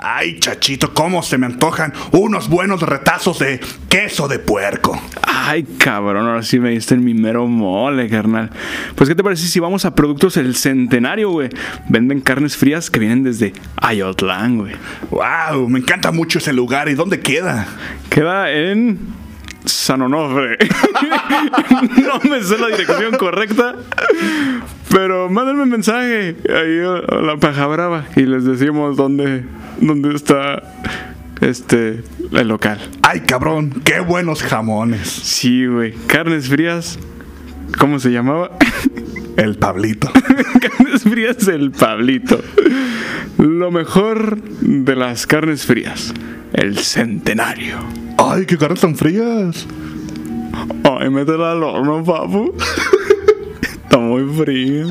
Ay, chachito, cómo se me antojan unos buenos retazos de queso de puerco. Ay, cabrón, ahora sí me diste en mi mero mole, carnal. Pues, ¿qué te parece si vamos a Productos El Centenario, güey? Venden carnes frías que vienen desde Ayotlán, güey. Wow, me encanta mucho ese lugar. ¿Y dónde queda? Queda en... San Onofre. no me sé la dirección correcta, pero mándenme un mensaje ahí a la paja brava y les decimos dónde, dónde está este el local. Ay, cabrón, qué buenos jamones. Sí, güey. Carnes frías. ¿Cómo se llamaba? El Pablito. carnes frías el Pablito. Lo mejor de las carnes frías. El centenario. Ay, qué caras tan frías. Ay, métela al horno, papu. Está muy frío.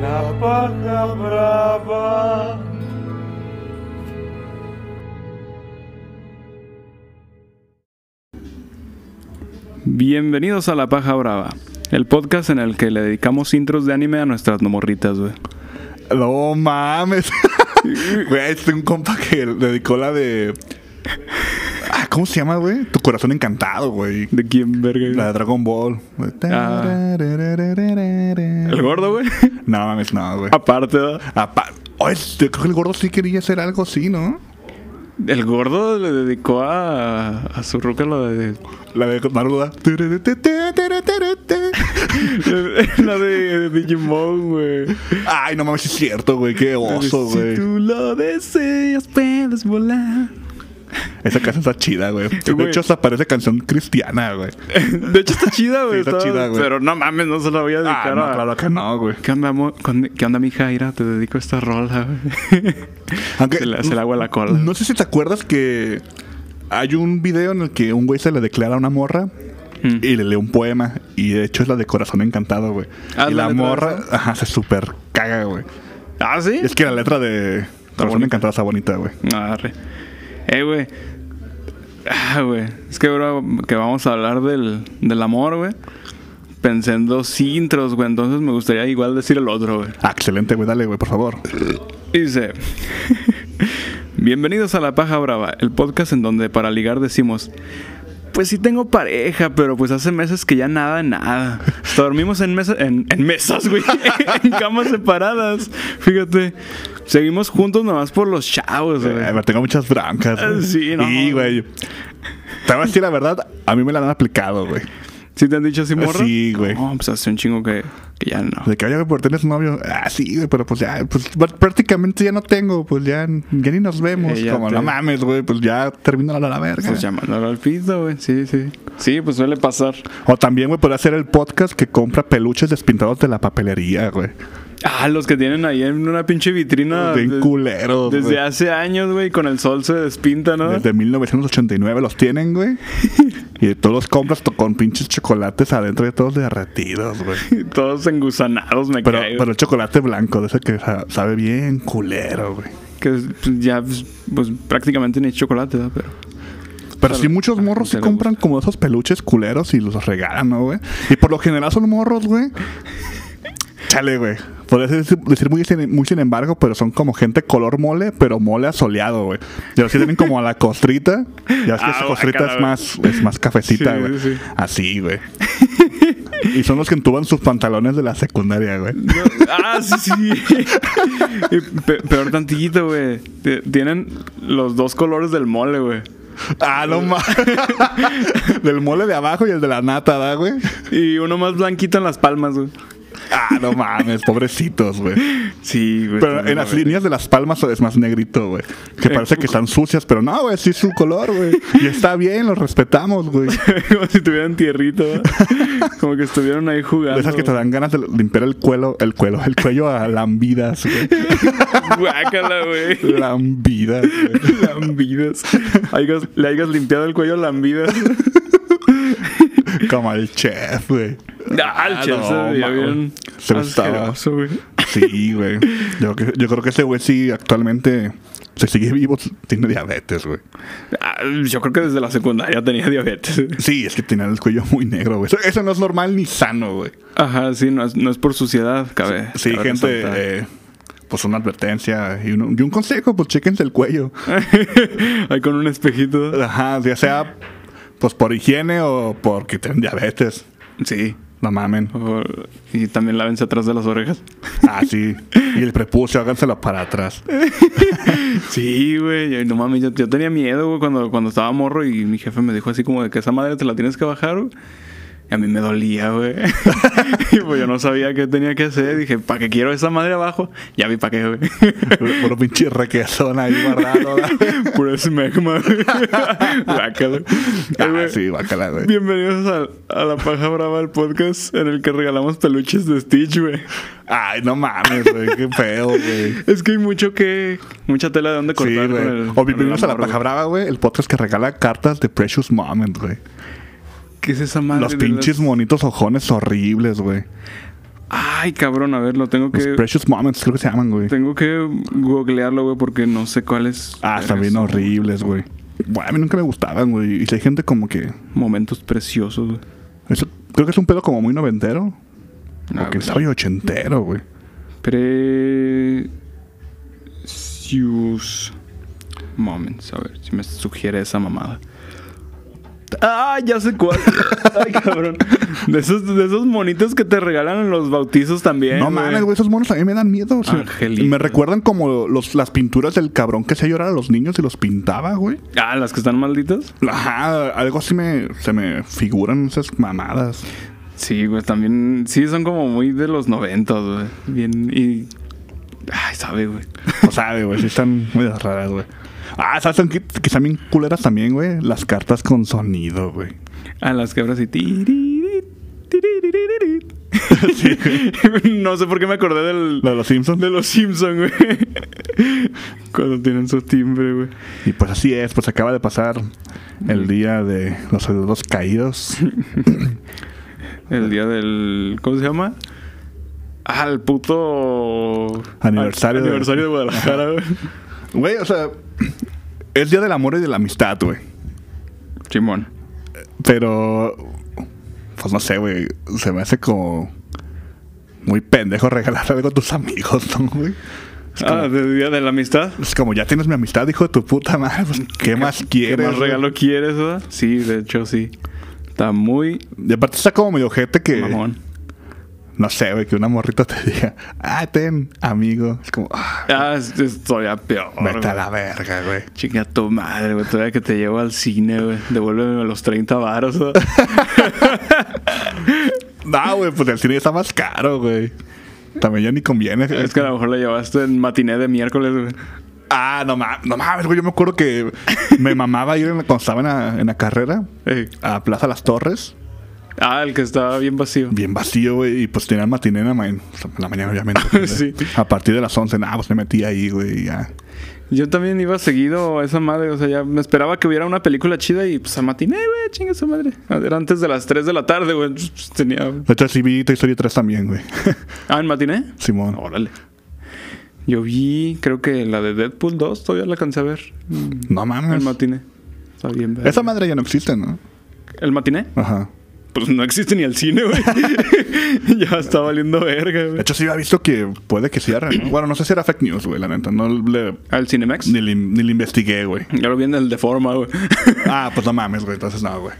La paja brava. Bienvenidos a La Paja Brava, el podcast en el que le dedicamos intros de anime a nuestras morritas, güey. No mames. Güey, este un compa que le dedicó la de. Ah, ¿Cómo se llama, güey? Tu corazón encantado, güey. ¿De quién, La verga? de Dragon Ball. Ah. ¿El El gordo, güey? No mames, no, güey. Aparte, ¿verdad? Apa- Oye, yo creo que el gordo sí quería hacer algo así, ¿no? el gordo le dedicó a, a su ruca la de. La de Naruda. la de, de Digimon, güey. Ay, no mames, es cierto, güey. Qué oso, Si güey. tú lo deseas, puedes volar. Esa canción está chida, güey. De Güey. hecho, hasta parece canción cristiana, güey. De hecho, está chida, güey. Sí, está chida, güey. Pero no mames, no se la voy a Ah, dedicar no, a. claro que no, güey. ¿Qué onda, mo- con- ¿Qué onda, mi Jaira? Te dedico esta rola, güey. Aunque- se, le, se le agua la cola. No sé si te acuerdas que hay un video en el que un güey se le declara a una morra Mm. y le lee un poema. Y de hecho es la de Corazón Encantado, güey. Ah, y ¿la la letra morra de ajá, se super caga, güey. ¿Ah, sí? Es que la letra de Corazón bonita. Encantado está bonita, güey. Arre. Eh, güey. Ah, güey. Es que, bro, que vamos a hablar del, del amor, güey. Pensé en dos intros, güey. Entonces me gustaría igual decir el otro, güey. Ah, excelente, güey. Dale, güey, por favor. Dice: Bienvenidos a La Paja Brava, el podcast en donde para ligar decimos. Pues sí tengo pareja, pero pues hace meses que ya nada, nada. Hasta dormimos en, mesa, en, en mesas, güey. en camas separadas. Fíjate. Seguimos juntos nomás por los chavos, güey. Eh, me tengo muchas brancas. güey. Eh, Sí, no. Y, güey. Te voy a decir la verdad, a mí me la han aplicado, güey. ¿Sí te han dicho así, morra? Sí, güey. No, pues hace un chingo que, que ya no. De que, oye, güey, pero tienes novio. Ah, sí, güey, pero pues ya, pues pr- prácticamente ya no tengo, pues ya, ya ni nos vemos. Eh, ya Como, te- no mames, güey, pues ya termina la, la verga. Pues llamándolo al piso, güey. Sí, sí. Sí, pues suele pasar. O también, güey, podría hacer el podcast que compra peluches despintados de la papelería, güey. Ah, los que tienen ahí en una pinche vitrina. Bien des- culeros, Ah, Desde güey. hace años, güey, con el sol se despinta, ¿no? Desde 1989 los tienen, güey. y todos los compras to- con pinches chocolates adentro y todos derretidos, güey. Todos engusanados, me Pero, cae, güey. pero el chocolate blanco, de ese que sa- sabe bien culero, güey. Que pues, ya, pues, pues, prácticamente ni es chocolate, ¿verdad? Pero. Pero Claro. sí, muchos morros sí se le compran como esos peluches culeros y los regalan, ¿no, güey? Y por lo general son morros, güey. Chale, güey. Podrías decir, decir muy, sin, muy sin embargo, pero son como gente color mole, pero mole asoleado, güey. Ya los que tienen como a la costrita. Ya ves que Ah, esa costrita guácala, es más, es más cafecita, Sí, güey. sí, sí. Así, güey. y son los que entuban sus pantalones de la secundaria, güey. No, ah, sí, sí. Y pe- peor tantito, güey. Te- Tienen los dos colores del mole, güey. Ah, no mames. Del mole de abajo y el de la nata, ¿da, güey? Y uno más blanquito en las palmas, güey. Ah, no mames, pobrecitos, güey. Sí, güey. Pero también, en las güey. líneas de las palmas es más negrito, güey. Que parece que están sucias, pero no, güey, sí es su color, güey. Y está bien, lo respetamos, güey. Como si tuvieran tierrito, ¿verdad? Como que estuvieran ahí jugando. De esas que te dan ganas de limpiar el cuello, el cuello, el cuello a lambidas, güey. Guácala, güey. Lambidas, güey. Lambidas. Haygas- le hayas limpiado el cuello a lambidas. Como el chef, güey. Ah, el Ah, chef no, Ah, se veía Ah, ma- bien. Se gustaba. asqueroso, güey. Sí, güey. Yo, cre- yo creo que ese güey sí actualmente se sigue vivo, tiene diabetes, güey. Ah, Yo creo que desde la secundaria tenía diabetes. Sí, es que tiene el cuello muy negro, güey. Eso, eso no es normal ni sano, güey. Ajá, sí, no es, no es por suciedad, cabe. Sí, cabe gente, resaltar. eh, pues una advertencia y, un- y un consejo, pues chéquense el cuello. eh. Ahí con un espejito. Ajá, ya sea pues por higiene o porque tienen diabetes. Sí. No mamen. O- y también lávense atrás de las orejas. Ah, sí. Y el prepucio, háganselo para atrás. Sí, güey. yo- No mames, yo, yo tenía miedo, güey, cuando, cuando estaba morro y mi jefe me dijo así como de que esa madre te la tienes que bajar, güey. Y a mí me dolía, güey. y pues yo no sabía qué tenía que hacer. Dije, ¿para qué quiero esa madre abajo? Ya vi para qué, güey. Puro pinche requesón ahí guardado. ¿verdad? Puro smegma, güey. Guácala. Eh, ah, güey, sí, bacala, güey. Bienvenidos a, a La Paja Brava, el podcast en el que regalamos peluches de Stitch, güey. Ay, no mames, güey. Qué feo, güey. Es que hay mucho que... Mucha tela de donde Sí, cortar con el... güey. con O el bienvenidos a La amor, Paja Brava, güey. El podcast que regala cartas de Precious Moment, güey. güey. ¿Qué es esa madre? Los Ah, de pinches monitos ojones horribles, güey. Ay, cabrón, a ver, lo tengo Los que... Precious Moments, creo que se llaman, güey. Tengo que googlearlo, güey, porque no sé cuál es... Ah, están bien Eres- horribles, güey. Bueno, a mí nunca me gustaban, güey. Y si hay gente como que. Momentos preciosos, güey. eso- creo que es un pedo como muy noventero. Ah, o que güey. sabe ochentero, güey. Precious Moments. A ver si me sugiere esa mamada. Ah, ya sé cuál. Ay, cabrón. De esos, de esos monitos que te regalan en los bautizos también. No mames, güey, esos monos a mí me dan miedo. o sea, Angelito. me recuerdan como los, las pinturas del cabrón que hacía llorar a los niños y los pintaba, güey. Ah, las que están malditas. Ajá, algo así me, se me figuran esas mamadas. Sí, güey, también. Sí, son como muy de los noventas, güey. Bien. Y. Ay, sabe, güey. O sabe, güey, sí están muy raras, güey. Ah, ¿sabes son que, que están bien culeras también, güey? Las cartas con sonido, güey. A las que ahora sí. tiriririt, tiriririt. Sí, güey. no sé por qué me acordé del. Lo de los Simpsons. De los Simpsons, güey. Cuando tienen su timbre, güey. Y pues así es, pues acaba de pasar el día de los soldados caídos. El día del. ¿Cómo se llama? Ah, el puto. Aniversario de- aniversario de Guadalajara, güey. Güey, o sea, es día del amor y de la amistad, güey. Simón. Pero, pues no sé, güey, se me hace como muy pendejo regalar algo a tus amigos, ¿no, güey? Ah, del día de la amistad. Es como, ya tienes mi amistad, hijo de tu puta madre, pues, ¿qué más ¿Qué quieres? más güey? regalo quieres, verdad? Sí, de hecho, sí. Está muy Y aparte está como medio gente que, mamón. no sé, güey, que una morrita te diga, ah, ten, amigo. Es como, ah, Ah, es- es todavía peor. vete a güey. la verga, güey. Chinga tu madre, güey. Todavía que te llevo al cine, güey. Devuélveme los 30 varos, ¿verdad? No, güey, pues el cine ya está más caro, güey. También ya ni conviene. Es que a lo mejor la llevaste en matiné de miércoles, güey. Ah, no, ma- no mames, güey. Yo me acuerdo que me mamaba ir en la- cuando estaba en la, en la carrera Ey. a Plaza Las Torres. Ah, el que estaba bien vacío. Bien vacío, güey. Y pues tenía el matiné en la, ma- en la mañana, obviamente. pues, Sí. eh, A partir de las 11, nada, pues me metí ahí, güey. y ya. Yo también iba seguido a esa madre. O sea, ya me esperaba que hubiera una película chida y pues a matiné, güey. Chinga su madre. Era antes de las 3 de la tarde, güey. Pues, Tenía. De hecho, sí vi Toy Story 3 también, güey. Ah, en matiné. Simón. Órale. Yo vi, creo que la de Deadpool 2 todavía la alcancé a ver. No El mames. matiné. Está bien, verga. Ah. Esa madre ya no existe, ¿no? ¿El matiné? Ajá. Pues no existe ni el cine, güey. ya está valiendo verga, De güey. hecho, sí había visto que puede que sea. bueno, no sé si era fake news, güey, la neta. No le, ¿Al Cinemex? ni, le, ni le investigué, güey. Ya lo vi en el de forma, güey. Ah, pues no mames, güey. Entonces, no, güey.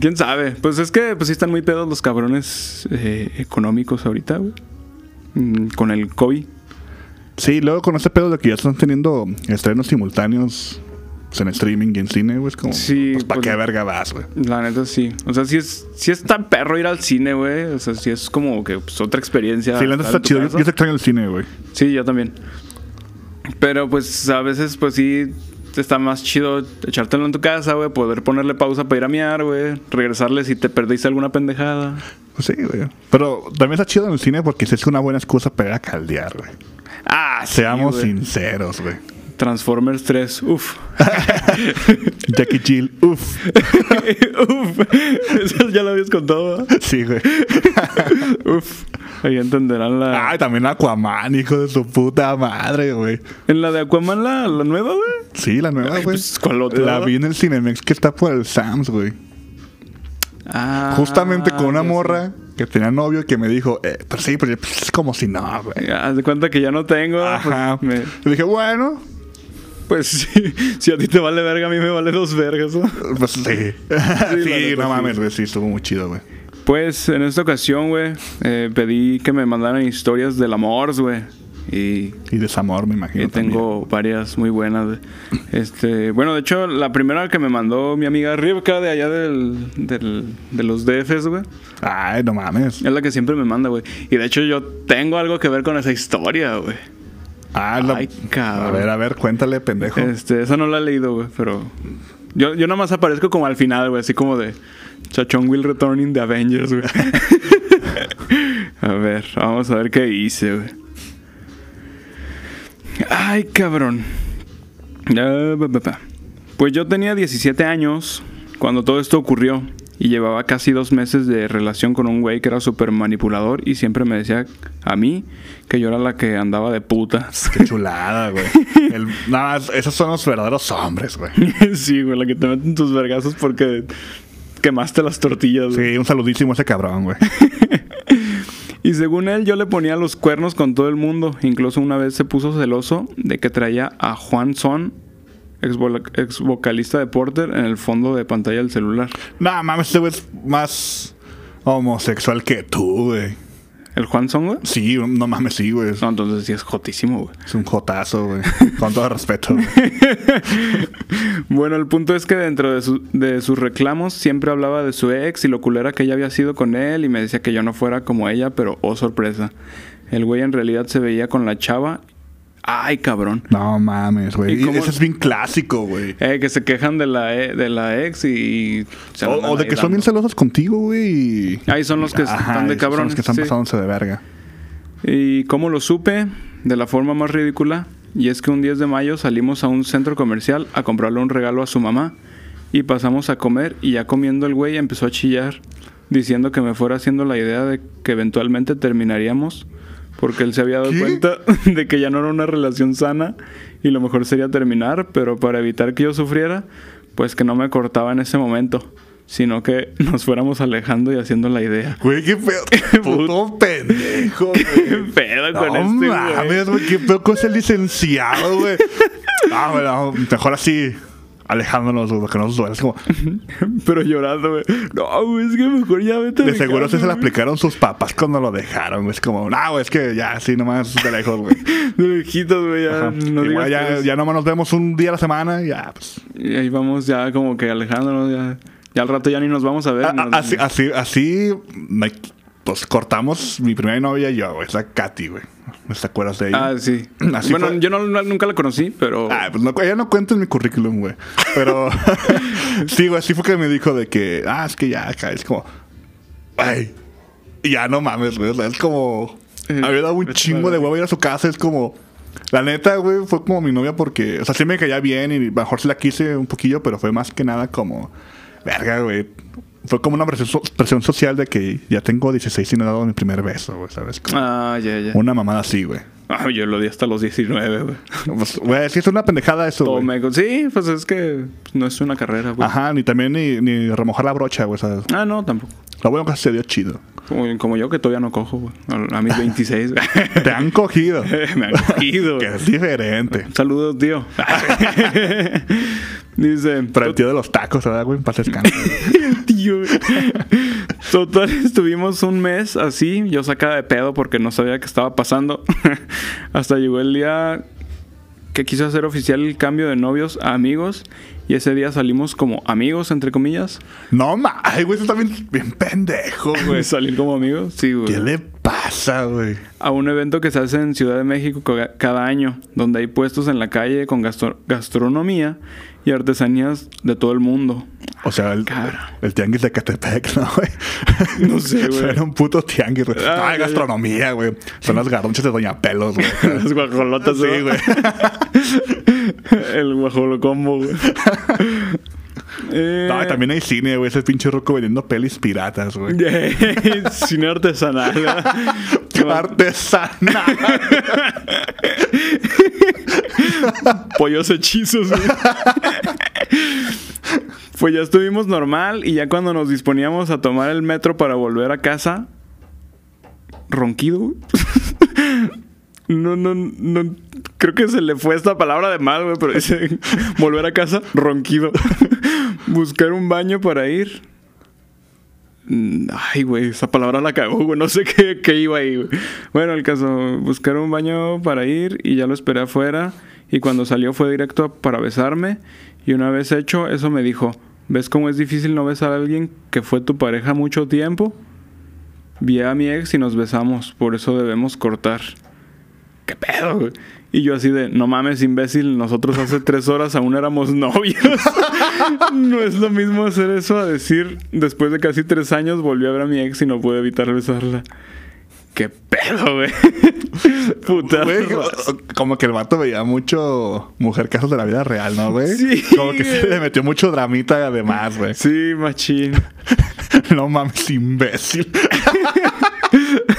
¿Quién sabe? Pues es que pues sí están muy pedos los cabrones eh, económicos ahorita, güey. Mm, con el COVID. Sí, luego con este pedo de que ya están teniendo estrenos simultáneos pues, en streaming y en cine, güey. Es como, Sí, pues, ¿para pues- qué verga vas, güey? La neta sí. O sea, sí es, sí es tan perro ir al cine, güey. O sea, sí es como que pues, otra experiencia. Sí, la neta estar está en tu chido. Yo, casa. yo te extraño el cine, güey. Sí, yo también. Pero pues a veces, pues sí, está más chido echártelo en tu casa, güey. Poder ponerle pausa para ir a miar, güey. Regresarle si te perdiste alguna pendejada. Pues sí, güey. Pero también está chido en el cine porque sí es una buena excusa para ir a caldear, güey. Ah, sí, Seamos güey. sinceros, güey. Transformers 3, uff. Jackie Jill, uff. Uf, eso ya lo habías contado. ¿verdad? Sí, güey. Uf, Ahí entenderán la. Ay, Ah, también Aquaman, hijo de su puta madre, güey. En la de Aquaman, la, la nueva, güey. Sí, la nueva, güey. pues, ¿cuál otra? La vi en el Cinemex que está por el Sams, güey. Ah, Justamente con una ya sé. morra que tenía novio que me dijo, eh, pero sí, pero es como si no, güey. Ya, Haz de cuenta que ya no tengo. Ajá. Pues, me- Le dije, bueno, pues sí, si a ti te vale verga, a mí me vale dos vergas. ¿no? pues sí. Sí, neta, pues, no sí. mames, güey, sí, estuvo muy chido, güey. Pues en esta ocasión, güey, eh, pedí que me mandaran historias del amor, güey. Y Y desamor, me Y imagino. también. Eh, tengo varias muy buenas. güey. Este, bueno, de hecho, la primera que me mandó mi amiga Rivka de allá del, del- de los DFs, güey. Ay, no mames. Es la que siempre me manda, güey. Y de hecho, yo tengo algo que ver con esa historia, güey. Ah, la- Ay, cabrón. A ver, a ver, cuéntale, pendejo. Este, esa no la he leído, güey, pero. Yo, yo nada más aparezco como al final, güey, así como de. Chachón Will Returning de Avengers, güey. a ver, vamos a ver qué hice, güey. Ay, cabrón. Ah, pa, pa, pa. Pues yo tenía 17 años cuando todo esto ocurrió. Y llevaba casi dos meses de relación con un güey que era súper manipulador y siempre me decía a mí que yo era la que andaba de putas. Qué chulada, güey. El- Nada más, esos son los verdaderos hombres, güey. Sí, güey, la que te meten tus vergazos porque quemaste las tortillas. güey. Sí, un saludísimo a ese cabrón, güey. Y según él, yo le ponía los cuernos con todo el mundo. Incluso una vez se puso celoso de que traía a Juan Son, ex, vola- ex vocalista de Porter, en el fondo de pantalla del celular. No mames, ese güey es más homosexual que tú, güey. ¿El Juan Son, güey? Sí, no mames, sí, güey. No, entonces sí es jotísimo, güey. Es un jotazo, güey. Con todo respeto, güey. Bueno, el punto es que dentro de, su- de sus reclamos siempre hablaba de su ex y lo culera que ella había sido con él y me decía que yo no fuera como ella, pero oh sorpresa. El güey en realidad se veía con la chava. Ay, cabrón. No mames, ¿Y güey. Y cómo- Ese es bien clásico, güey. Eh, que se quejan de la, e- de la ex y... se O, andan o de ahí que son dando. bien celosos contigo, güey. y- Ahí son los que Ajá, están de esos son cabrones. Los que están sí. pasándose de verga. ¿Y cómo lo supe? De la forma más ridícula. Y es que un 10 de mayo salimos a un centro comercial a comprarle un regalo a su mamá. Y pasamos a comer y ya comiendo el güey empezó a chillar. Diciendo que me fuera haciendo la idea de que eventualmente terminaríamos. Porque él se había dado ¿Qué? cuenta de que ya no era una relación sana. Y lo mejor sería terminar. Pero para evitar que yo sufriera, pues que no me cortaba en ese momento. Sino que nos fuéramos alejando y haciendo la idea. Güey, qué pedo. Puto pendejo, ¿Qué güey. pedo con No este, güey? mames, güey. Qué pedo con ese licenciado, güey. Ah, güey, no, mejor así. Alejándonos, güey, que no nos duele. Es como, Pero llorando, güey. No, güey, es que mejor ya vete. de mi seguro casa, se, se le güey. aplicaron sus papás cuando lo dejaron, güey. Es como, no, güey, es que ya, así nomás de lejos, güey. De lejitos, güey. Ya, Ajá. no Igual digas ya, que es- ya nomás nos vemos un día a la semana y ya, pues. Y ahí vamos ya como que alejándonos. Ya, ya al rato ya ni nos vamos a ver. A- a- nos- Ah, así, así, así, me- pues cortamos mi primera novia y yo, güey. Es la Katy, güey. ¿No te acuerdas de ella? Ah, sí. Así bueno, fue. yo no, no- nunca la conocí, pero... Ah, pues no, ella no cuenta en mi currículum, güey. Pero sí, güey, sí fue que me dijo de que, ah, es que ya acá es como, ay, ya no mames, güey. o sea, es como, Eh, había dado un vete chingo para de la- huevo ir a su casa, es como, la neta, güey, fue como mi novia porque, o sea, sí me caía bien y mejor se la quise un poquillo, pero fue más que nada como, verga, güey. Fue como una presión, so- presión social de que ya tengo 16 y no he dado mi primer beso, güey, ¿sabes? Como Ah, ya, ya. Una mamada así, güey. Ah, yo lo di hasta los 19, güey. Pues, Güey, sí es una pendejada eso, Todo güey. me- Sí, pues es que no es una carrera, güey. Ajá, ni también ni, ni remojar la brocha, güey. O sea, Ah, no, tampoco. lo bueno que se dio chido. Como, como yo que todavía no cojo, güey. A, a mis 26. güey. Te han cogido. Me han cogido. que es diferente. Saludos, tío. Dice. Pero el tío de los tacos, ¿verdad, güey? Pasa descanso. tío. Total, estuvimos un mes así, yo sacaba de pedo porque no sabía qué estaba pasando. Hasta llegó el día que quise hacer oficial el cambio de novios a amigos. Y ese día salimos como amigos, entre comillas. no, ma. Ay, güey, eso también es bien pendejo, güey. Salir como amigos, sí, güey. ¿Qué le pasa, güey? a un evento que se hace en Ciudad de México ca- cada año, donde hay puestos en la calle con gastro- gastronomía y artesanías de todo el mundo. O sea, el, Cabrón. el tianguis de Catepec, ¿no, güey? No sé, güey. Era un puto tianguis, güey. Ah, Ay, ya, ya. gastronomía, güey. Son las garronchas de Doña Pelos, güey. Las guajolotas, Sí, ¿no? güey. El guajolo combo, güey. Eh, No, y también hay cine, güey. Ese pinche roco vendiendo pelis piratas, güey. Cine artesanal. ¿verdad? Artesana. pollos hechizos. güey. pues ya estuvimos normal y ya cuando nos disponíamos a tomar el metro para volver a casa, ronquido. güey. no, no, no. Creo que se le fue esta palabra de mal, güey, pero dice volver a casa, ronquido. Buscar un baño para ir. Mm, Ay, güey, esa palabra la cagó, güey. No sé qué, qué iba ahí, güey. Bueno, el caso, buscar un baño para ir y ya lo esperé afuera. Y cuando salió fue directo para besarme. Y una vez hecho, eso me dijo: ¿Ves cómo es difícil no besar a alguien que fue tu pareja mucho tiempo? Vi a mi ex y nos besamos, por eso debemos cortar. ¿Qué pedo, güey? Y yo así de, no mames, imbécil, nosotros hace tres horas aún éramos novios. no es lo mismo hacer eso a decir, después de casi tres años volví a ver a mi ex y no pude evitar besarla. ¿Qué pedo, güey? Puta. Güey, como que el vato veía mucho mujer casos de la vida real, ¿no, güey? Sí, Como que se güey. le metió mucho dramita además, güey. Sí, machín. No mames, imbécil.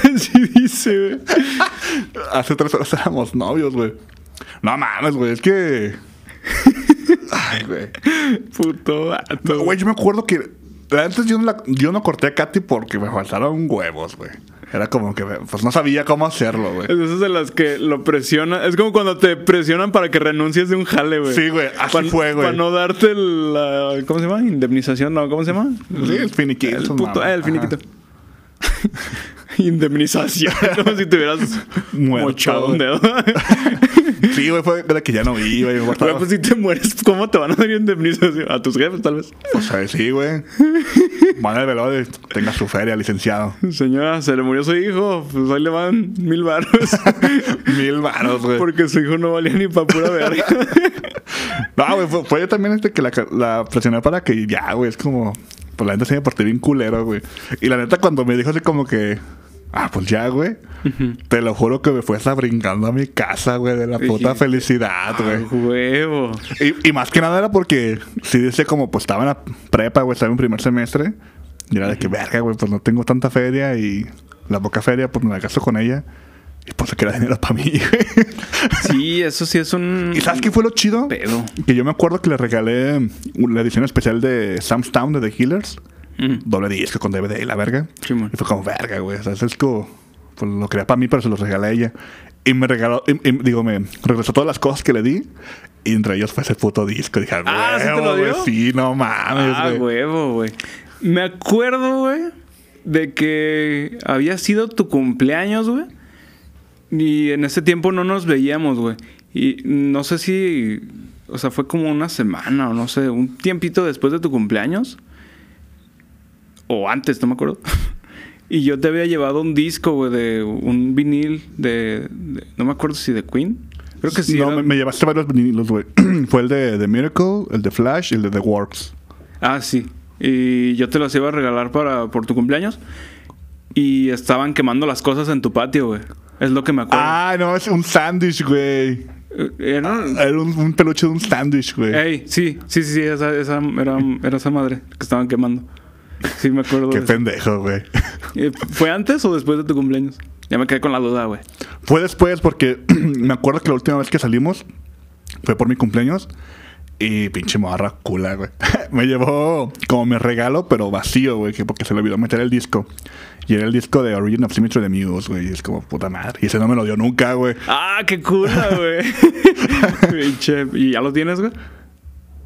Así dice, güey. Hace tres horas éramos novios, güey. No mames, güey, es que. Ay, güey. Puto vato. Güey, yo me acuerdo que. Antes yo no, la- yo no corté a Katy porque me faltaron huevos, güey. Era como que. Pues no sabía cómo hacerlo, güey. Es de esas de las que lo presionan. Es como cuando te presionan para que renuncies de un jale, güey. Sí, güey, así Pa- fue, güey. Para no darte la. ¿Cómo se llama? Indemnización, ¿no? ¿Cómo se llama? Sí, el finiquito, El, puto, mamá. eh, el finiquito. Indemnización. Como si te hubieras Muerto, mochado un güey. dedo. Sí, güey, fue de que ya no iba. Y me Güey, faltaba- pues si te mueres, ¿cómo te van a dar indemnización? A tus jefes, tal vez. O sea, sí, güey. Van al velorio y tenga su feria, licenciado. Señora, se le murió su hijo. Pues ahí le van mil baros. Mil varos, güey. Porque su hijo no valía ni para pura verga. No, güey, fue, fue yo también este que la, la presioné para que ya, güey, es como. Pues la neta sí me porté bien culero, güey. Y la neta, cuando me dijo así como que. Ah, pues ya, güey. Te lo juro que me fue hasta brincando a mi casa, güey, de la puta Dijiste, felicidad, güey. Huevo. Y, y más que nada era porque sí decía como, pues estaba en la prepa, güey, estaba en primer semestre. Y era de que, verga, güey, pues no tengo tanta feria y la poca feria, pues me la gasto con ella. Y pues se queda dinero para mí, güey. Sí, eso sí es un. ¿Y sabes qué fue lo chido? Pedo. Que yo me acuerdo que le regalé mm, la edición especial de Sam's Town de The Killers. Mm. Doble disco con DVD y la verga. Simón. Y fue como verga, güey. O sea, ese disco pues, lo quería para mí, pero se lo regalé a ella. Y me regaló, y- y, digo, me regresó todas las cosas que le di. Y entre ellos fue ese puto disco. Y dije, Ah, ¿sí te lo "Huevo, güey, dio? Sí, no mames, Ah, güey. huevo, güey. Me acuerdo, güey, de que había sido tu cumpleaños, güey. Y en ese tiempo no nos veíamos, güey. Y no sé si. O sea, fue como una semana o no sé, un tiempito después de tu cumpleaños. O antes, no me acuerdo. Y yo te había llevado un disco, güey, de un vinil de, de- No me acuerdo si de Queen. Creo que sí. no, era- me, me llevaste varios vinilos, güey. fue el de The Miracle, el de Flash y el de The Works. Ah, sí. Y yo te los iba a regalar para, por tu cumpleaños. Y estaban quemando las cosas en tu patio, güey. Es lo que me acuerdo. Ah, no, es un sándwich, güey. Eh, Era... Era un, un peluche de un sándwich, güey. Ey, sí, sí, sí, sí, esa, esa era, era esa madre que estaban quemando. Sí, me acuerdo. Qué de eso. pendejo, güey. Eh, ¿Fue antes o después de tu cumpleaños? Ya me quedé con la duda, güey. Fue después porque me acuerdo que la última vez que salimos fue por mi cumpleaños y pinche morra cula, güey. me llevó como mi regalo, pero vacío, güey, que porque se le olvidó meter el disco. Y era el disco de Origin of Symmetry de Muse, güey. Y es como puta madre. Y ese no me lo dio nunca, güey. ¡Ah, qué cura, güey! Pinche, ¿Y ya lo tienes, güey?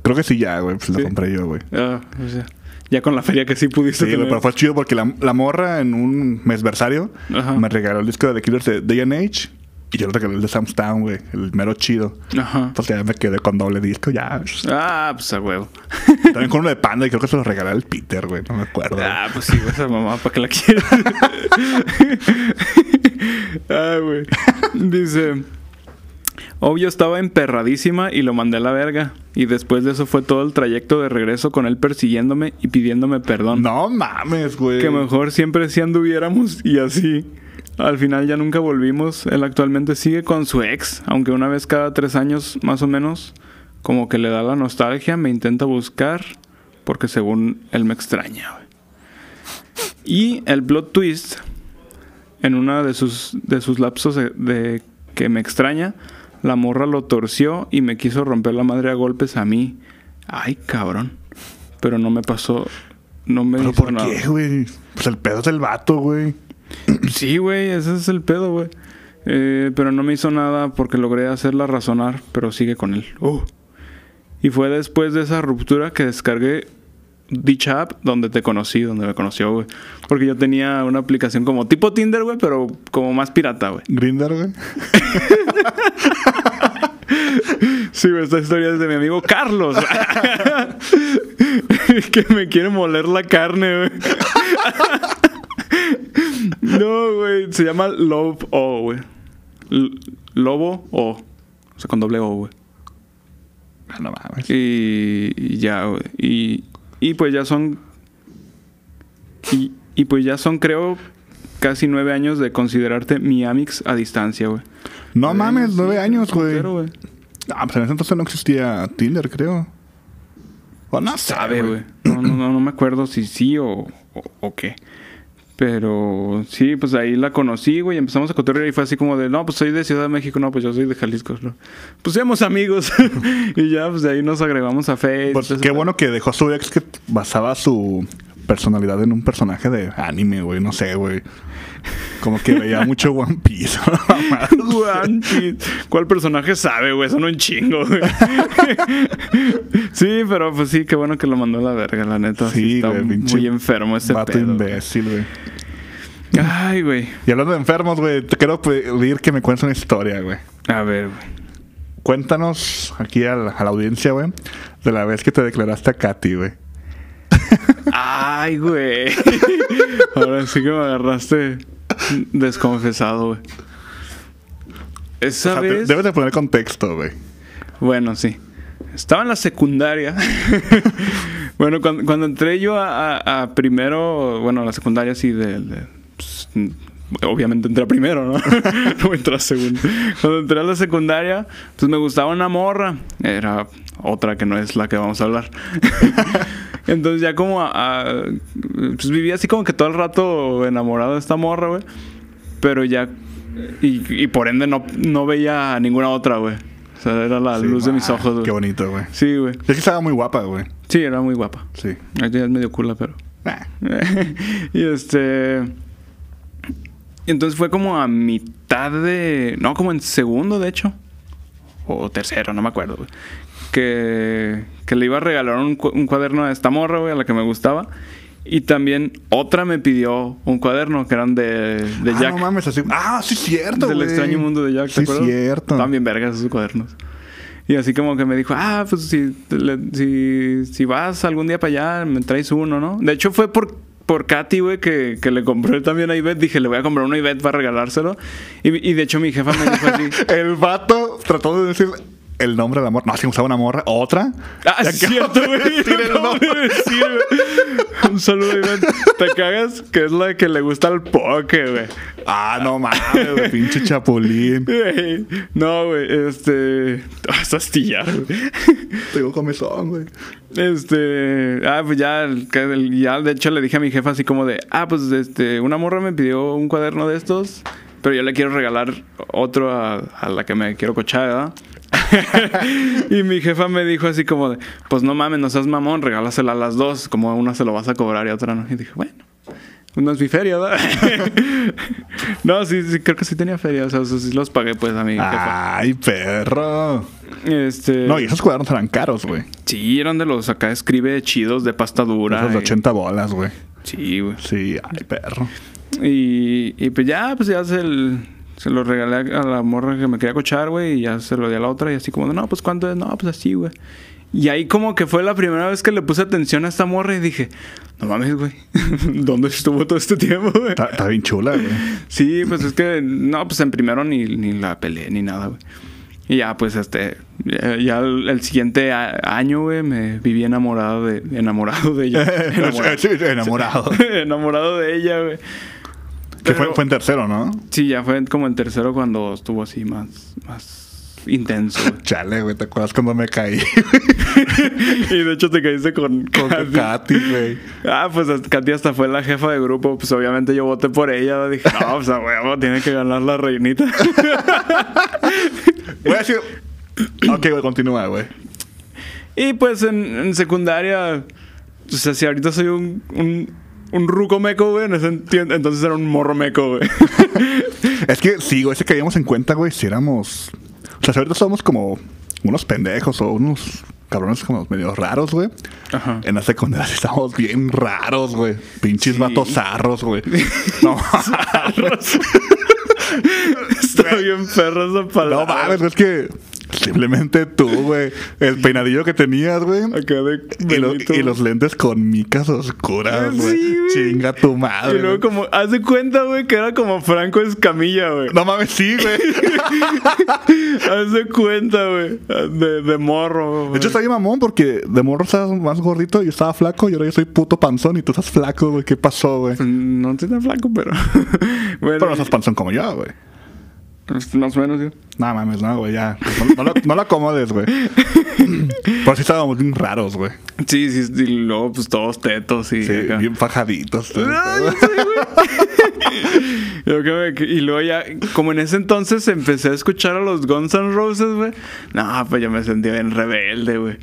Creo que sí, ya, güey. Pues Sí. lo compré yo, güey. Ah, o sea, ya con la feria que sí pudiste Sí, güey, tener. pero fue chido porque la, la morra en un mesversario Ajá. me regaló el disco de The Killers de Day and Age y yo le regalé el de Sam's Town, güey. El mero chido. Ajá. Pues ya me quedé con doble disco, ya. Ah, pues a huevo. También con uno de panda y creo que se lo regalé al Peter, güey. No me acuerdo. Ah, pues sí, güey, esa mamá, ¿para qué la quiero? ah, güey. Dice. Obvio estaba emperradísima y lo mandé a la verga. Y después de eso fue todo el trayecto de regreso con él persiguiéndome y pidiéndome perdón. No mames, güey. Que mejor siempre si anduviéramos y así. Al final ya nunca volvimos. Él actualmente sigue con su ex, aunque una vez cada tres años más o menos, como que le da la nostalgia, me intenta buscar, porque según él me extraña. güey. Y el plot twist en una de sus, de sus lapsos de, de que me extraña, la morra lo torció y me quiso romper la madre a golpes a mí. Ay, cabrón. Pero no me pasó. No me ¿Pero hizo por nada. qué, güey? Pues el pedo es el vato, güey. Sí, güey, ese es el pedo, güey. Eh, pero no me hizo nada porque logré hacerla razonar, pero sigue con él. Uh. Y fue después de esa ruptura que descargué dicha app donde te conocí, donde me conoció, güey. Porque yo tenía una aplicación como tipo Tinder, güey, pero como más pirata, güey. Grindr, güey. Sí, güey, esta historia es de mi amigo Carlos. que me quiere moler la carne, güey. no, güey. Se llama Love O, güey. L- Lobo O. O sea, con doble O, güey. Ah, no mames. Y, y ya, güey. Y, y pues ya son. Y, y pues ya son, creo, casi nueve años de considerarte mi Amix a distancia, güey. No mames, Sí, nueve años, güey. Pero, güey. Ah, pues en ese entonces no existía Tinder, creo. O no sabe, sabe, güey. No, no, no, no me acuerdo si sí o, o, o qué. Pero sí, pues ahí la conocí, güey. Empezamos a cotorrear y fue así como de, no, pues soy de Ciudad de México, no, pues yo soy de Jalisco. ¿no? Pues seamos amigos. y ya, pues de ahí nos agregamos a Facebook. Pues qué bueno que dejó a su ex que basaba su personalidad en un personaje de anime, güey. No sé, güey. Como que veía mucho One Piece. Juan, sí. "Ah, ¿Cuál personaje sabe, güey? Son un chingo, güey. sí, pero pues sí, qué bueno que lo mandó a la verga, la neta. Sí, Sí, está güey, pinche muy enfermo ese Vato pedo. imbécil, güey. Ay, güey. Y hablando de enfermos, güey, te quiero pedir que me cuentes una historia, güey. A ver, güey. Cuéntanos aquí a la, a la audiencia, güey, de la vez que te declaraste a Katy, güey. Ay, güey. Ahora sí que me agarraste desconfesado, güey. O Esa sea, te- vez. debes de poner contexto, güey. Bueno, sí. Estaba en la secundaria. bueno, cuando, cuando entré yo a, a- a primero, bueno, a la secundaria sí, de, de- pues, obviamente entré a primero, ¿no? no entré a segundo. Cuando entré a la secundaria, pues me gustaba una morra. Era otra que no es la que vamos a hablar. Entonces ya como a- a- pues vivía así como que todo el rato enamorado de esta morra, güey. Pero ya... Y, y por ende no, no veía a ninguna otra, güey. O sea, era la Sí, luz de mis ah, ojos, Qué güey. bonito, güey. Sí, güey. Es que estaba muy guapa, güey. Sí, era muy guapa. Sí. Ahorita ya es medio cula, pero... Ah, y este... y entonces fue como a mitad de... No, como en segundo, de hecho. O tercero, no me acuerdo, güey. Que, que le iba a regalar un, cu- un cuaderno a esta morra, güey, a la que me gustaba. Y también otra me pidió un cuaderno que eran de, de Ah, Jack. no mames, así. Ah, sí, es cierto, güey. Del extraño mundo de Jack, ¿te Sí, acuerdas? cierto. Estaban bien vergas esos cuadernos. Y así como que me dijo, ah, pues si, le- si, si vas algún día para allá, me traes uno, ¿no? De hecho fue por, por Katy, güey, que, que le compré también a Ivette. Dije, le voy a comprar uno a Ivette para regalárselo. Y, y de hecho mi jefa me dijo así... El vato trató de decir el nombre de la morra. No, si usaba una morra. ¿Otra? Ah, Ya es acabo cierto, de güey. decir el Acabo de nombre. decir, güey. Un saludo, Ivette. Te cagas que es la que le gusta al poke, güey. Ah, no mames, güey, pinche chapulín. Güey, No, güey, este... Vas a astillar, güey. Tengo comezón, güey. Este, ah, pues ya, el- que el- ya de hecho le dije a mi jefa así como de, ah, pues este, una morra me pidió un cuaderno de estos, pero yo le quiero regalar otro a, a la que me quiero cochar, ¿verdad? y mi jefa me dijo así como de, pues no mames, no seas mamón, regálasela a las dos, como a una se lo vas a cobrar y a otra no. Y dije, bueno. No es mi feria, ¿verdad? no, sí, sí, creo que sí tenía feria. O sea, sí los pagué, pues, a mi jefa. Ay, perro. Este... Ah. No, y esos cuadernos eran caros, güey. Sí, eran de los acá escribe chidos de pasta dura. Esos de y- 80 bolas, güey. Sí, güey. Sí, ay, perro. Y, y pues ya, pues ya se, el- se lo regalé a la morra que me quería cochar, güey. Y ya se lo di a la otra. Y así como, de, no, pues cuánto es. No, pues así, güey. Y ahí como que fue la primera vez que le puse atención a esta morra y dije, no mames, güey. ¿Dónde estuvo todo este tiempo, güey? Está, está bien chula, güey. Sí, pues es que, no, pues en primero ni, ni la peleé ni nada, güey. Y ya, pues, este, ya, ya el, el siguiente a- año, güey, me viví enamorado de, enamorado de ella. Sí, enamorado. enamorado de ella, güey. Que fue, Pero- fue en tercero, ¿no? Sí, ya fue como el tercero cuando estuvo así más, más intenso. güey. Chale, güey, ¿te acuerdas cuando me caí? y de hecho te caíste con, Con Katy. Katy, güey. Ah, pues Katy hasta fue la jefa de grupo. Pues obviamente yo voté por ella. Dije, no, pues a huevo, tiene que ganar la reinita. Voy a decir. Ok, güey, continúa, güey. y pues en, en secundaria, o sea, si ahorita soy un, un, un ruco meco, güey, en ese enti- entonces era un morro meco, güey. Es que sí, güey, si caíamos en cuenta, güey, si éramos. O sea, si ahorita somos como unos pendejos o unos cabrones como medio raros, güey. Ajá. En la secundaria sí estábamos bien raros, güey. Pinches Sí. vatos zarros, güey. No, Está bien perro esa palabra. no mames, güey, es que simplemente tú, güey. El peinadillo que tenías, güey. Acá de Y, lo- Benito. y los lentes con micas oscuras, Sí, güey. güey. Chinga tu Y madre. luego güey. como, haz de cuenta, güey, que era como Franco Escamilla, güey. No mames, sí, güey. Haz de cuenta, güey. De, de morro, güey. De hecho, está bien mamón porque de morro estabas más gordito, yo estaba flaco y ahora yo soy puto panzón y tú estás flaco, güey. ¿Qué pasó, güey? No estoy tan flaco, pero... bueno, Pero no estás panzón como yo, güey. Más o menos, güey. No mames, no, güey, ya. No, no lo, no lo acomodes, güey. Pero sí estábamos bien raros, güey. Sí, sí, y luego pues todos tetos y... Sí, acá. bien fajaditos. todo, Ah, todo. ya sé, güey. Yo creo que- y luego ya, como en ese entonces empecé a escuchar a los Guns N' Roses, güey. No, pues yo me sentía bien rebelde, güey.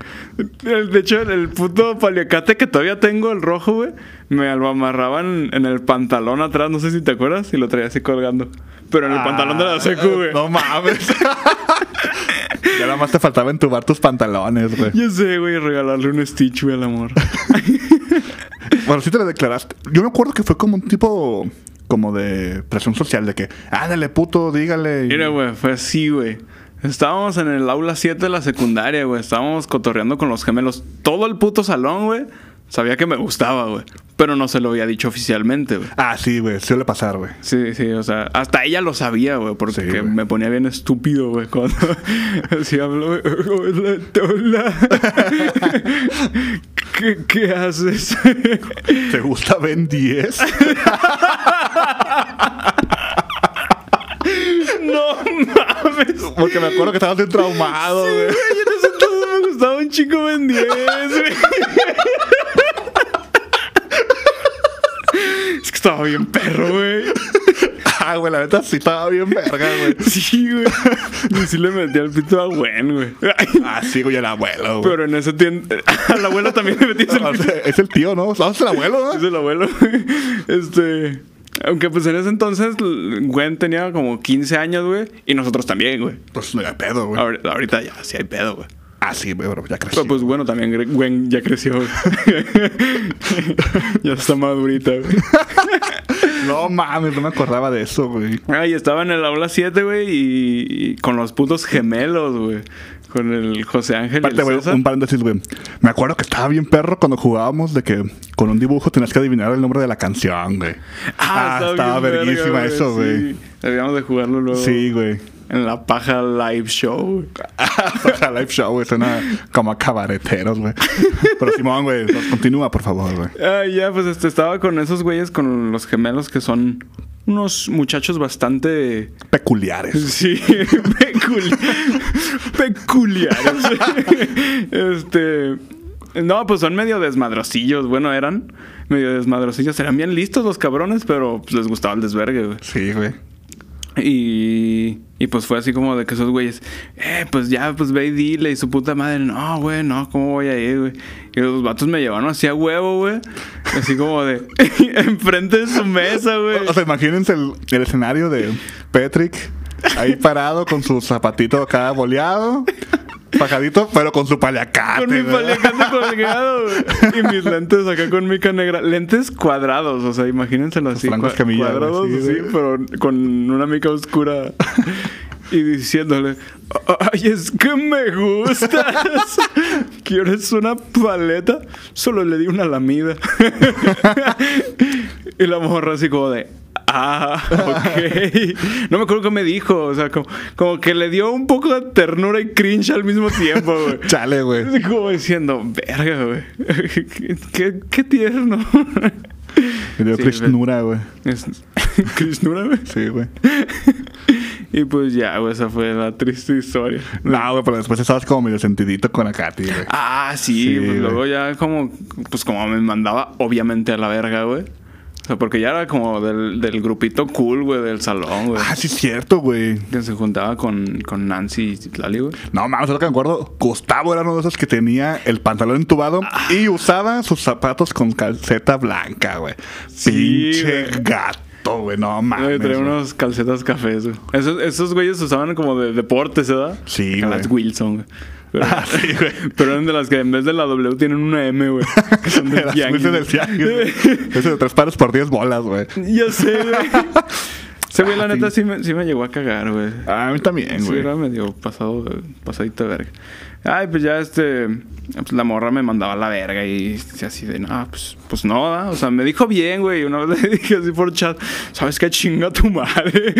El- De hecho, el, el puto paliacate que todavía tengo, el rojo, güey, me lo amarraban en el pantalón atrás, no sé si te acuerdas, y lo traía así colgando. Pero en el pantalón de la secu, güey. Ah, No mames. ya nada más te faltaba entubar tus pantalones, güey. Yo sé, güey, regalarle un Stitch, güey, al amor. Bueno, sí te la declaraste. Yo me acuerdo que fue como un tipo como de presión social de que, ándale, puto, dígale. y- Mira, güey, fue así, güey. Estábamos en el aula 7 de la secundaria, güey. Estábamos cotorreando con los gemelos. Todo el puto salón, güey. Sabía que me gustaba, güey. Pero no se lo había dicho oficialmente, güey. Ah, sí, güey, suele pasar, güey. Sí, sí, o sea, hasta ella lo sabía, güey, porque Sí, güey. me ponía bien estúpido, güey, cuando así hablo, güey, hola, hola. ¿Qué, ¿Qué haces? ¿Te gusta Ben 10? no mames. Porque me acuerdo que estabas bien traumado, Sí, güey. güey, en ese entonces me gustaba un chico Ben 10, güey. Es que estaba bien perro, güey. Ah, güey, la neta sí estaba bien verga, güey. Sí, güey. Y sí le metí al pito a Gwen, güey. Ah, sí, güey, el abuelo, güey. Pero en ese tiempo... A la abuela también le metí O el pito. sea, es el tío, ¿no? No, es el abuelo, Es ¿no? el abuelo, güey. Este... Aunque pues en ese entonces Gwen tenía como 15 años, güey. Y nosotros también, güey. Pues no hay pedo, güey. Ahor- Ahorita ya sí hay pedo, güey. Ah, sí, güey, pero ya creció. Pero pues bueno, también Gre- Gwen ya creció. güey. ya está madurita. güey. No mames, no me acordaba de eso, güey. Ay, estaba en el aula 7, güey, y, y con los putos gemelos, güey. Con el José Ángel y Aparte, el güey, César. un paréntesis, güey. Me acuerdo que estaba bien perro cuando jugábamos de que con un dibujo tenías que adivinar el nombre de la canción, güey. Ah, estaba estaba bien verga, verguísima eso, güey. sí. Deberíamos de jugarlo luego. Sí, güey. En la paja live show. güey. Para live show, güey, suena como a cabareteros, güey. Pero Simón, güey, pues, continúa, por favor, güey. Ay, ya, pues este, estaba con esos güeyes, con los gemelos que son unos muchachos bastante... Peculiares. Sí, peculi- peculiares. este. No, pues son medio desmadrosillos. Bueno, eran medio desmadrosillos. Eran bien listos los cabrones, pero pues, les gustaba el desvergue, güey. Sí, güey. Y, y pues fue así como de que esos güeyes, eh, pues ya, pues ve y dile. Y su puta madre, no, güey, no, ¿cómo voy a ir, güey? Y los vatos me llevaron así a huevo, güey. Así como de, enfrente de su mesa, güey. O sea, imagínense el, el escenario de Patrick ahí parado con su zapatito acá boleado, pajadito, pero con su paliacate. Con mi güey. paliacate colgado, güey. Y mis lentes acá con mica negra. Lentes cuadrados, o sea, imagínenselo así. Franco cua- Escamilla, güey, cuadrados, sí, sí, güey. pero con una mica oscura. Y diciéndole, ay, es que me gustas. ¿Quieres una paleta? Solo le di una lamida. y la morra así como de, ah, ok. No me acuerdo qué me dijo. O sea, como, como que le dio un poco de ternura y cringe al mismo tiempo, güey. Chale, güey. Así Como diciendo, verga, güey. Qué, qué- qué tierno. Me dio Sí, Krishnura, güey. Es- Krishnura, güey. Sí, güey. Y pues ya, güey, esa fue la triste historia. No, güey, pero después estabas como medio sentidito con la Katy, güey. Ah, sí, Sí, pues güey. luego ya como, pues como me mandaba obviamente a la verga, güey. O sea, porque ya era como del, del grupito cool, güey, del salón, güey. Ah, sí, es cierto, güey. Que se juntaba con, con Nancy y Citlali, güey. No, mames, lo que me acuerdo. Gustavo era uno de esos que tenía el pantalón entubado Ah. y usaba sus zapatos con calceta blanca, güey. Sí, Pinche güey. gato, güey. No Ah, mames. Güey, traía güey. unos calcetas cafés, güey. Esos, esos güeyes usaban como de deportes, ¿verdad? Sí, Acá Las güey. Wilson, güey. Pero, Ah, sí, güey. Pero eran de las que en vez de la W tienen una M, güey. Que son de Las Wilson del Tianguis, güey. Ese de tres pares por diez bolas, güey. Ya sé, güey. Ese güey, Ah, la neta, sí. sí me, sí me llegó a cagar, güey. Ah, A mí también, Sí, güey. era medio pasado, de- pasadito de verga. Ay, pues ya este. pues la morra me mandaba a la verga y así de, no, pues, pues no, ¿va?". o sea, me dijo bien, güey. Una vez le dije así por chat, ¿sabes qué chinga tu madre?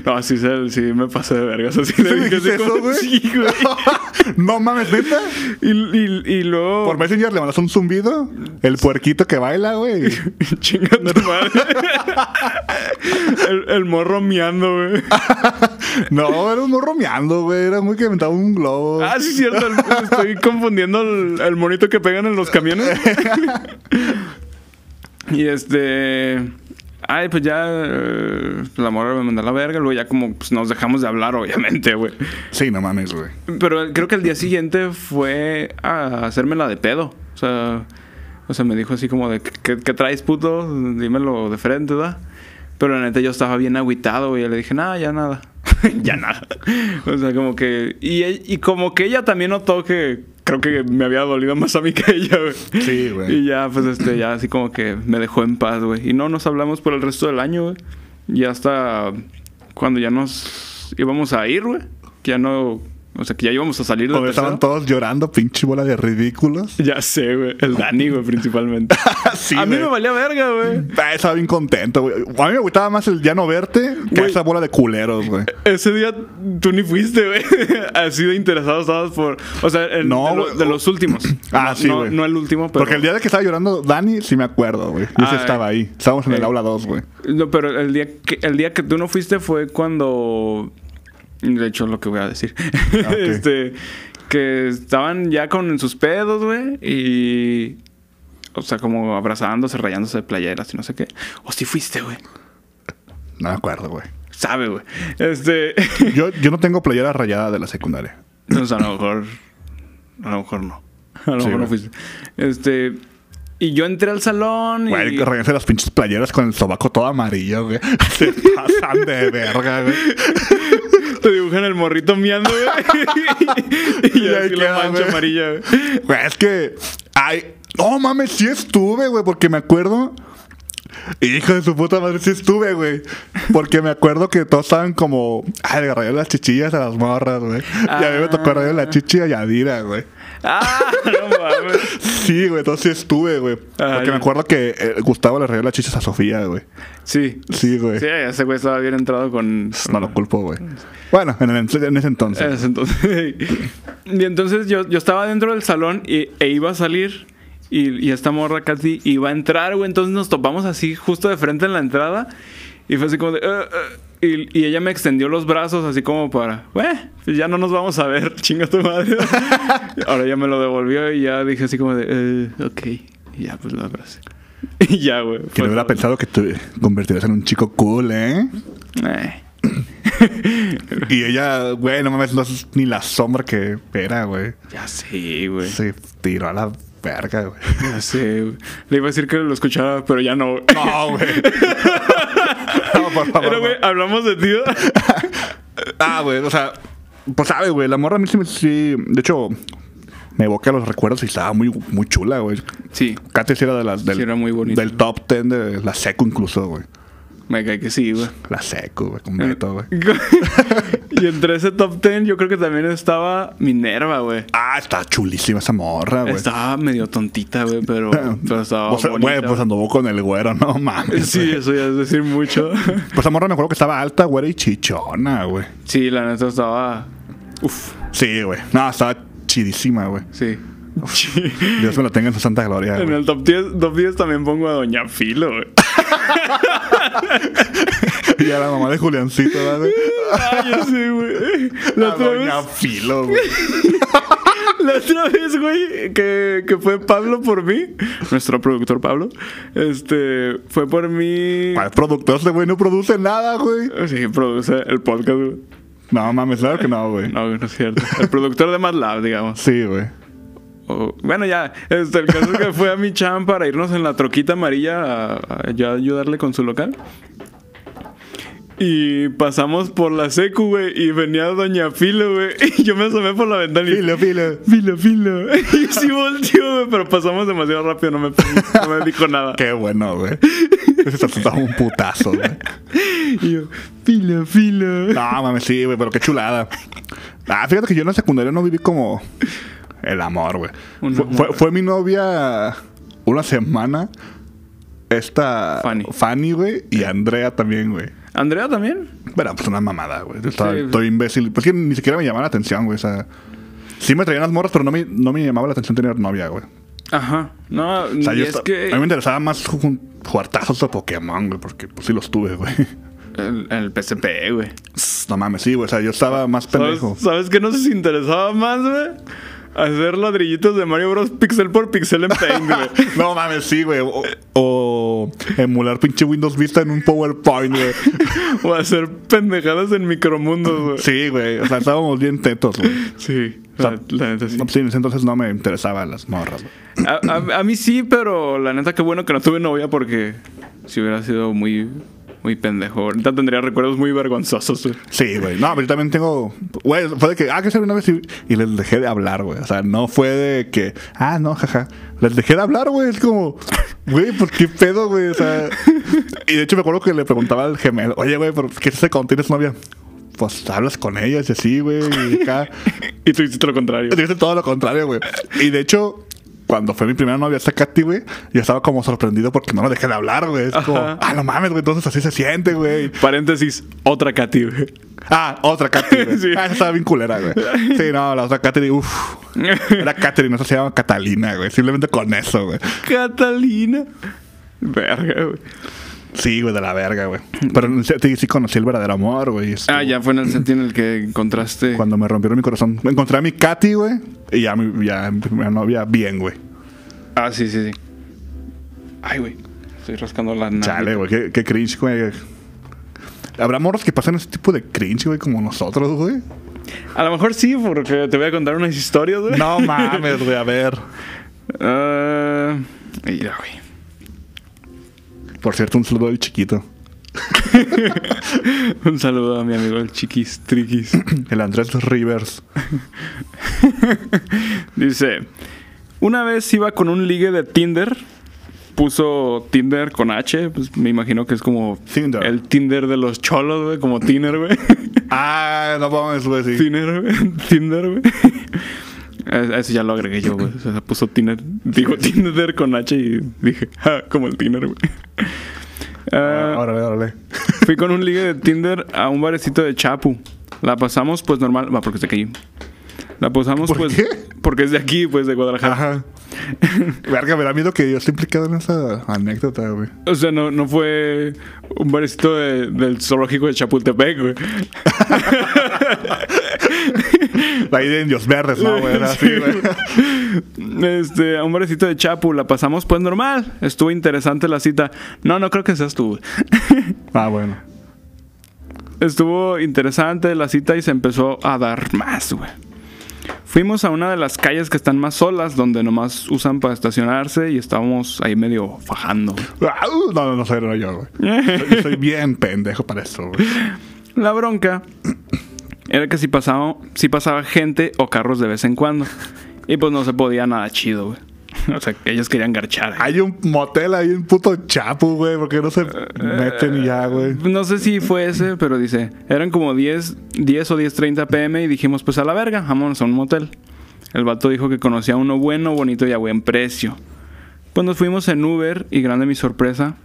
No, sí, se- sí me pasé de vergas. Así ¿Sí le dije dijiste así como, eso, güey? Sí, güey. no mames, neta. Y, y, y luego. Por Messenger le mandas un zumbido. El puerquito que baila, güey. Chinga tu madre. el, el morro miando, güey. No, era un morro meando, güey. Era muy que inventaba un globo. Ah, sí, cierto. el- Estoy confundiendo el, el monito que pegan en los camiones. y este. Ay, pues ya. eh, la morra me mandó a la verga. Luego ya, como pues, nos dejamos de hablar, obviamente, güey. Sí, no mames, güey. Pero creo que el día siguiente fue a hacérmela de pedo. O sea, o sea me dijo así como de, ¿qué, qué traes, puto? Dímelo de frente, ¿verdad? Pero la neta yo estaba bien agüitado y le dije, nada, ya nada. ya nada. O sea, como que... Y, e- y como que ella también notó que creo que me había dolido más a mí que a ella, güey. Sí, güey. Y ya, pues, este, ya así como que me dejó en paz, güey. Y no nos hablamos por el resto del año, güey. Y hasta cuando ya nos íbamos a ir, güey. Que ya no... O sea, que ya íbamos a salir de Donde estaban todos llorando, pinche bola de ridículos. Ya sé, güey. El Dani, güey, principalmente. Sí, a mí güey. me valía verga, güey. Ah, estaba bien contento, güey. A mí me gustaba más el ya no verte que Güey. esa bola de culeros, güey. Ese día tú ni fuiste, güey. Así de interesado estabas por... O sea, el- No, de, lo- güey. de los últimos. Ah, No- sí, No, güey. no el último, pero... Porque el día de que estaba llorando Dani, sí me acuerdo, güey. Yo sí Ah, estaba ahí. Estábamos en el eh. aula 2, güey. No, pero el día que el día que tú no fuiste fue cuando de hecho lo que voy a decir. Ah, ok. este que estaban ya con sus pedos, güey, y o sea, como abrazándose, rayándose de playeras y no sé qué. O si fuiste, güey. No me acuerdo, güey. Sabe, güey. Este, Yo, yo no tengo playera rayada de la secundaria. entonces a lo mejor a lo mejor no. A lo Sí, mejor no güey. fuiste. Este, y yo entré al salón y Güey, que regresen las pinches playeras con el sobaco todo amarillo, güey. Se pasan de verga, güey. te dibujan el morrito miando, güey. y Y ahí así la queda, mancha güey. amarilla, güey. Güey, es que. Ay. No mames, sí estuve, güey, porque me acuerdo. Hijo de su puta madre, sí estuve, güey. Porque me acuerdo que todos estaban como. Ay, le rayaron las chichillas a las morras, güey. Y a mí me tocó rayar la chichi a Yadira, güey. Ah, no mames. Sí, güey, entonces sí estuve, güey. Ay. Porque me acuerdo que eh, Gustavo le rayó las chichis a Sofía, güey. Sí. Sí, güey. Sí, Ah. ese güey estaba bien entrado con. No lo culpo, güey. Bueno, en, el- en ese entonces. Es, entonces, y entonces yo, yo estaba dentro del salón y- e iba a salir. Y, y esta morra casi iba a entrar, güey. Entonces nos topamos así, justo de frente en la entrada. Y fue así como de. "Eh, eh", y, y ella me extendió los brazos, así como para. Güey, pues ya no nos vamos a ver, chinga tu madre. Ahora ya me lo devolvió y ya dije así como de. "Eh, ok. Y ya, pues lo abracé. Y ya, güey. que no fue hubiera todo. pensado que te convertirías en un chico cool, ¿eh? Eh. Y ella, güey, no mames, no es ni la sombra que era, güey. Ya sé, güey. Se tiró a la verga, güey. Ya sé, güey. Le iba a decir que lo escuchaba, pero ya no. güey. No, güey. no, por favor. Pero, güey, hablamos de ti. no. Ah, güey, o sea, pues sabe, güey, la morra a mí sí, me- sí- de hecho, me evoca los recuerdos y estaba muy, muy chula, güey. Sí, Katy sí era de las del, Sí, era muy bonita. del top ten de la seco incluso, güey. me cae que sí, güey. La seco, güey, Eh, con Beto, güey. y entre ese top 10, yo creo que también estaba Minerva, güey. Ah, está chulísima esa Ah, morra, güey. Estaba medio tontita, güey, pero, pero estaba. O sea, bonita, Güey, pues anduvo con el güero, no mames. Sí, güey. eso ya es decir mucho. Pues esa morra me acuerdo que estaba alta, güera y chichona, güey. sí, la neta estaba. Uf, Sí, güey. No, estaba chidísima, güey. sí. Dios me lo tenga en su santa gloria, En güey. el top 10, top 10 también pongo a Doña Filo, güey. Y a la mamá de Juliancito, ¿vale? Ay, yo sí, güey. La La otra vez. doña Filo, güey. La otra vez, güey, que, que fue Pablo por mí, nuestro productor Pablo, este, fue por mí. ¿Cuál productor ese güey no produce nada, güey? Sí, produce el podcast, güey. No mames, claro que no, güey. No, no es cierto. El productor de MATLAB, digamos. Sí, güey. O- bueno, ya, este, el caso es que fue a mi chan para irnos en la troquita amarilla a, a- ya ayudarle con su local. Y pasamos por la secu, güey, y venía Doña Filo, güey. Y yo me asomé por la ventana y... Filo, filo. Filo, filo. Y sí volteó, güey, pero pasamos demasiado rápido, no me, no me dijo nada. Qué bueno, güey. Ese tatuaje es un putazo, güey. Y yo, filo, filo. No, mames, sí, güey, pero qué chulada. Ah, fíjate que yo en la secundaria no viví como el amor, güey. Un Fue, amor. fue- fue mi novia una semana. Esta Fanny. Fanny, güey, y Andrea también, güey. ¿Andrea también? Pero pues una mamada, güey. Yo estaba Sí. todo imbécil. Pues que ni siquiera me llamaba la atención, güey. O sea, sí me traían las morras, pero no me, no me llamaba la atención tener novia, güey. Ajá. No, O sea, y yo es esta- que A mí me interesaba más ju- ju- jugar tazos de Pokémon, güey, porque pues sí los tuve, güey. el, el PSP, güey. No mames, sí, güey. O sea, yo estaba más ¿Sabes, pendejo. ¿Sabes qué nos interesaba más, güey? Hacer ladrillitos de Mario Bros. pixel por pixel en Paint, güey. No mames, sí, güey. O, o emular pinche Windows Vista en un PowerPoint, güey. O hacer pendejadas en micromundos, güey. Sí, güey. O sea, estábamos bien tetos, güey. Sí. O sea, la- la neta sí. no, pues, sí, en ese entonces no me interesaban las morras, güey. A, a- a mí sí, pero la neta qué bueno que no tuve novia porque si hubiera sido muy, muy pendejo. Ahorita tendría recuerdos muy vergonzosos, güey. Sí, güey. No, pero yo también tengo. Güey, fue de que. Ah, que ser una vez y, y les dejé de hablar, güey. O sea, no fue de que. Ah, no, jaja. Les dejé de hablar, güey. Es como. Güey, pues qué pedo, güey. O sea. Y de hecho me acuerdo que le preguntaba al gemelo. Oye, güey, ¿pero qué se cuando tienes novia? Pues hablas con ellas y así, güey. Y acá. Y tú hiciste lo contrario. Dijiste todo lo contrario, güey. Y de hecho, cuando fue mi primera novia, esta Katy, güey, yo estaba como sorprendido porque no me dejé de hablar, güey. Es como, Ajá. ah, no mames, güey, entonces así se siente, güey. Paréntesis, otra Katy, güey. Ah, otra Katy, güey. Sí. Ah, esa estaba bien culera, güey. Sí, no, la otra Katy, uff. Era Katherine, esa se llama Catalina, güey. Simplemente con eso, güey. Catalina. Verga, güey. Sí, güey, de la verga, güey. Pero sí, sí conocí el verdadero amor, güey. y estuvo- Ah, ya fue en el sentido en el que encontraste. Cuando me rompieron mi corazón. Me encontré a mi Katy, güey. Y ya, mi- ya mi primera novia, bien, güey. Ah, sí, sí, sí. Ay, güey. Estoy rascando la nariz. Chale, güey, qué, qué cringe, güey. Habrá morros que pasan ese tipo de cringe, güey, como nosotros, güey. A lo mejor sí, porque te voy a contar unas historias, güey. No mames, güey, a ver. Ah, mira, güey. Por cierto, un saludo del chiquito. Un saludo a mi amigo el Chiquis Triquis. El Andrés Rivers. Dice: Una vez iba con un ligue de Tinder. Puso Tinder con H. Pues me imagino que es como Tinder. el Tinder de los cholos, güey. Como Tinder, güey. Ah, no mames, güey, sí. Tinder, güey. Tinder, güey. A- a Eso ya lo agregué yo, güey. O sea, puso Tinder. Digo Tinder con H y dije, "Ja, como el Tinder, güey. Ah, Órale, órale. fui con un ligue de Tinder a un barecito de Chapu. La pasamos, pues normal. Va, porque es de aquí. La pasamos, ¿Por pues. qué? Ah. Porque es de aquí, pues, de Guadalajara. Ajá. Verga, me da miedo que yo esté implicado en esa anécdota, güey. O sea, no, no fue un barecito de- del zoológico de Chapultepec, güey. La idea de indios verdes, ¿no, güey? Era Sí, así, güey. güey. Este, a un barecito de Chapu, la pasamos pues normal. Estuvo interesante la cita. No, no creo que seas tú. güey. Ah, bueno. Estuvo interesante la cita y se empezó a dar más, güey. Fuimos a una de las calles que están más solas, donde nomás usan para estacionarse y estábamos ahí medio fajando. güey. Ah, uh, No, no, no soy no, yo, güey. Yo soy bien pendejo para esto, güey. La bronca era que si pasaba, si pasaba gente o carros de vez en cuando. Y pues no se podía nada chido, güey. O sea, que ellos querían garchar. Hay un motel ahí en puto Chapu, güey, porque no se meten y ya, güey. No sé si fue ese, pero dice, eran como 10, 10 o 10.30 pm y dijimos, pues a la verga, vámonos a un motel. El vato dijo que conocía uno bueno, bonito y a buen precio. Pues nos fuimos en Uber y grande mi sorpresa,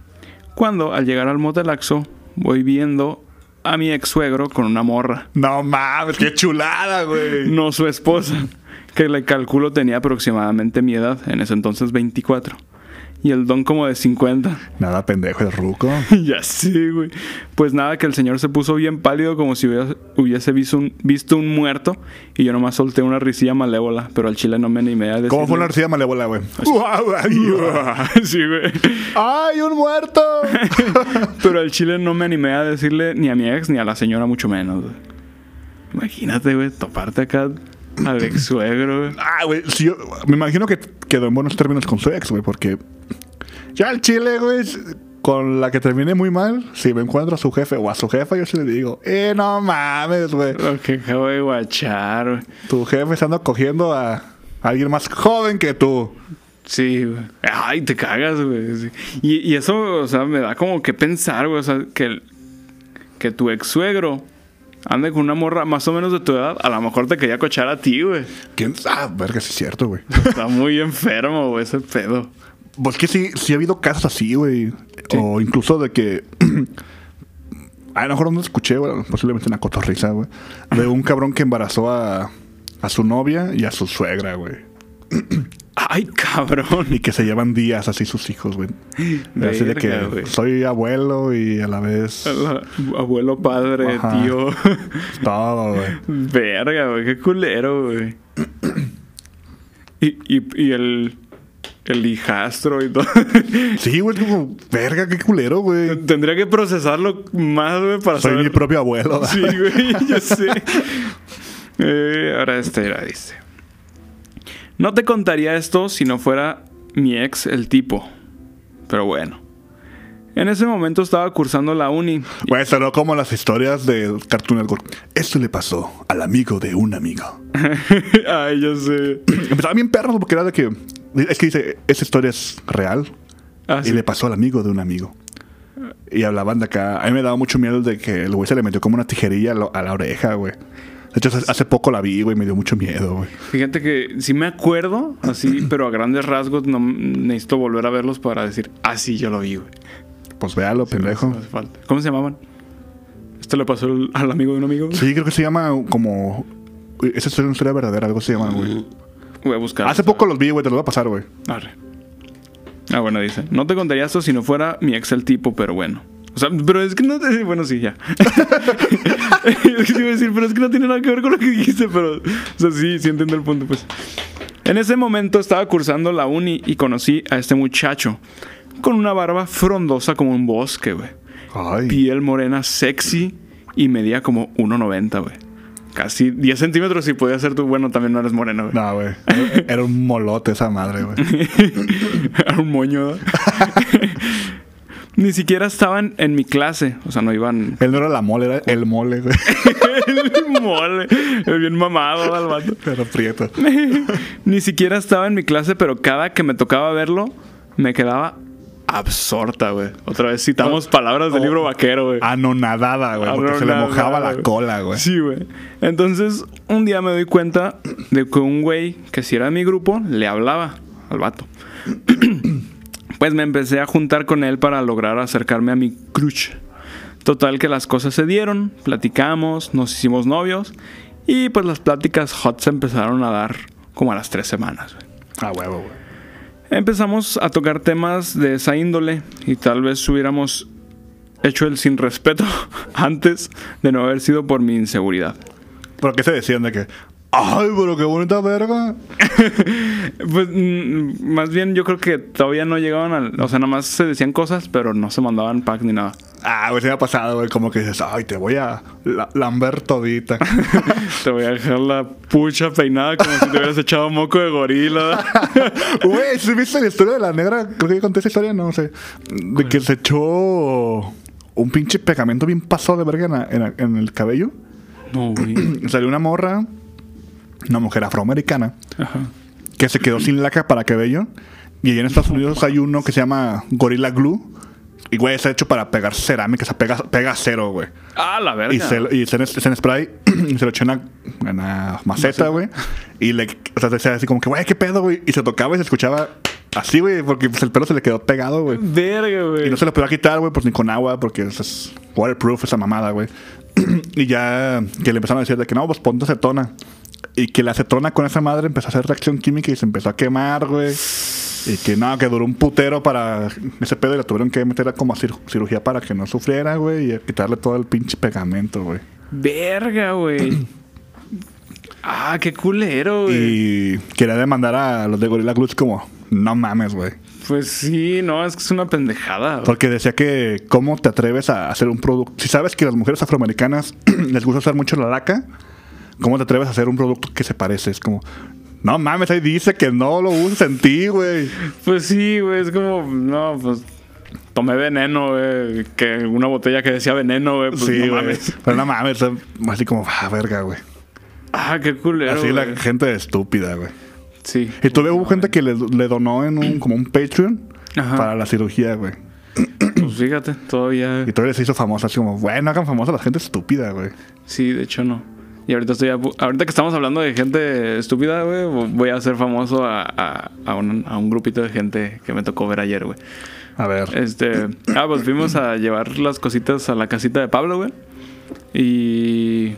cuando al llegar al motelaxo voy viendo a mi ex suegro con una morra, No mames, qué chulada, güey. no su esposa, que le calculo tenía aproximadamente mi edad, en ese entonces 24. y el don como de 50. Nada pendejo el ruco. ya sí, güey. Pues nada, que el señor se puso bien pálido como si hubiera- hubiese visto un, visto un muerto y yo nomás solté una risilla malévola, pero al chile no me animé a decir. ¿Cómo fue una arcilla malévola, güey? sí, güey. ¡Ay, un muerto! Pero al chile no me animé a decirle ni a mi ex ni a la señora, mucho menos, güey. Imagínate, güey, toparte acá al ex suegro, güey. ah, güey, sí, yo- me imagino que quedó en buenos términos con su ex, güey, porque ya el chile, güey, con la que termine muy mal, si me encuentro a su jefe o a su jefa, yo sí le digo, eh, no mames, güey. Lo que acabo de guachar, güey. Tu jefe se anda cogiendo a alguien más joven que tú. Sí, güey. Ay, te cagas, güey. Sí. Y, y eso, o sea, me da como que pensar, güey. O sea, que, el- que tu ex suegro ande con una morra más o menos de tu edad, a lo mejor te quería cochar a ti, güey. ¿Quién sabe? Verga, sí es cierto, güey. Está muy enfermo, güey, ese pedo. Pues que sí, sí ha habido casos así, güey. O incluso de que. a lo mejor no escuché, güey, posiblemente una cotorriza, güey. De un cabrón que embarazó a, a su novia y a su suegra, güey. Ay, cabrón. Y que se llevan días así sus hijos, güey. Así de que Verga, güey. soy abuelo y a la vez. Abuelo, padre, Ajá. tío. Todo, güey. Verga, güey, qué culero, güey. Y, y, y el, el hijastro y todo. Sí, güey, como, verga, qué culero, güey. Tendría que procesarlo más, güey, para Soy saber. mi propio abuelo. Sí, güey, yo sé. Eh, ahora esta era, dice. No te contaría esto si no fuera mi ex el tipo. Pero bueno. En ese momento estaba cursando la uni. Güey, sonó como las historias de Cartoon Network. Esto le pasó al amigo de un amigo. Ay, yo sé. Empezaba bien perros porque era de que. Es que dice, esa historia es real. Ah, Y sí. le pasó al amigo de un amigo. Y hablaban de acá. A mí me daba mucho miedo de que el güey se le metió como una tijerilla a, lo- a la oreja, güey. De hecho, hace- hace poco la vi, güey, y me dio mucho miedo, güey. Fíjate que sí me acuerdo, así, pero a grandes rasgos no necesito volver a verlos para decir, ah, sí, yo lo vi, güey. Pues véalo, pendejo. No hace falta. ¿Cómo se llamaban? ¿Esto le pasó al- al amigo de un amigo? Sí, creo que se llama como. Uy, Esa es una historia verdadera, algo se llama, güey. Voy a buscar. Hace poco los vi, güey, te lo voy a pasar, güey. Arre. Ah, bueno, dice. No te contaría esto si no fuera mi ex el tipo, pero bueno. O sea, pero es que no te... Bueno, sí, ya. es que te iba a decir, pero es que no tiene nada que ver con lo que dijiste, pero... O sea, sí, sí entiendo el punto, pues. En ese momento estaba cursando la uni y conocí a este muchacho. Con una barba frondosa como un bosque, güey. Ay. Piel morena sexy y medía como 1,90, güey. Casi 10 centímetros y podía ser tú... Bueno, también no eres moreno, güey. No, güey. Era un molote esa madre, güey. Era un moño. ¿verdad? Ni siquiera estaban en mi clase. O sea, no iban. Él no era la mole, era el mole, güey. El mole. Bien mamado ¿verdad, el vato. Pero prieto. Ni siquiera estaba en mi clase, pero cada que me tocaba verlo, me quedaba absorta, güey. Otra vez citamos palabras del Oh. libro vaquero, güey. Anonadada, güey, porque se le Abronadada, mojaba la güey. cola, güey. Sí, güey. Entonces, un día me doy cuenta de que un güey que si era de mi grupo le hablaba al vato. pues me empecé a juntar con él para lograr acercarme a mi crush. Total que las cosas se dieron, platicamos, nos hicimos novios y pues las pláticas hot se empezaron a dar como a las tres semanas, güey. Ah, huevo, güey. Empezamos a tocar temas de esa índole y tal vez hubiéramos hecho el sin respeto antes de no haber sido por mi inseguridad. ¿Pero qué se decían de que? ¡Ay, pero qué bonita verga! Pues mm, más bien yo creo que todavía no llegaban al... O sea, nada más se decían cosas, pero no se mandaban packs ni nada. Ah, güey, se me ha pasado, güey. Como que dices, ay, te voy a la- lamber todita. Te voy a dejar la pucha peinada como si te hubieras echado moco de gorila. Güey, ¿sí viste la historia de la negra? Creo que ya conté esa historia, no sé. De que se echó un pinche pegamento bien pasado de verga en la- en, la- en el cabello. No, güey. Salió una morra, una mujer afroamericana, Ajá. que se quedó sin laca para cabello. Y allá en Estados Unidos hay uno que se llama Gorilla Glue. Y, güey, está hecho para pegar cerámica, o sea, pega, pega cero, güey. Ah, la verga. Y se, lo- y se, en- se en spray y se lo echó en una, en una maceta, güey. Y le, o sea, decía así como que, güey, qué pedo, güey. Y se tocaba y se escuchaba así, güey, porque pues, el pelo se le quedó pegado, güey. Verga, Y güey. no se lo podía quitar, güey, pues ni con agua, porque es, es waterproof esa mamada, güey. y ya que le empezaron a decir de que no, pues ponte acetona. Y que la acetona con esa madre empezó a hacer reacción química y se empezó a quemar, güey. Y que nada, que duró un putero para ese pedo y la tuvieron que meter a como a cir- cirugía para que no sufriera, güey, y a quitarle todo el pinche pegamento, güey. Verga, güey. ah, qué culero, güey. Y quería demandar a los de Gorilla Glue como, no mames, güey. Pues sí, no, es que es una pendejada. güey. Porque decía que, ¿cómo te atreves a hacer un producto? Si sabes que las mujeres afroamericanas les gusta usar mucho la laca, ¿cómo te atreves a hacer un producto que se parece? Es como, no mames, ahí dice que no lo uses en ti, güey. Pues sí, güey, es como, no, pues tomé veneno, güey. Que una botella que decía veneno, güey, pues sí, no güey. mames. Pero no mames, así como, ah, verga, güey. Ah, qué culero. Así la güey. gente estúpida, güey. Sí. Y tuve hubo gente que le, le donó en un, como un Patreon Ajá. para la cirugía, güey. Pues fíjate, todavía. Y todavía se hizo famosa, así como, bueno, hagan famosa a la gente estúpida, güey. Sí, de hecho no. Y ahorita estoy a pu- ahorita que estamos hablando de gente estúpida, güey, vo- voy a ser famoso a, a- a un, a un grupito de gente que me tocó ver ayer, güey. A ver. Este, ah, pues fuimos a llevar las cositas a la casita de Pablo, güey. Y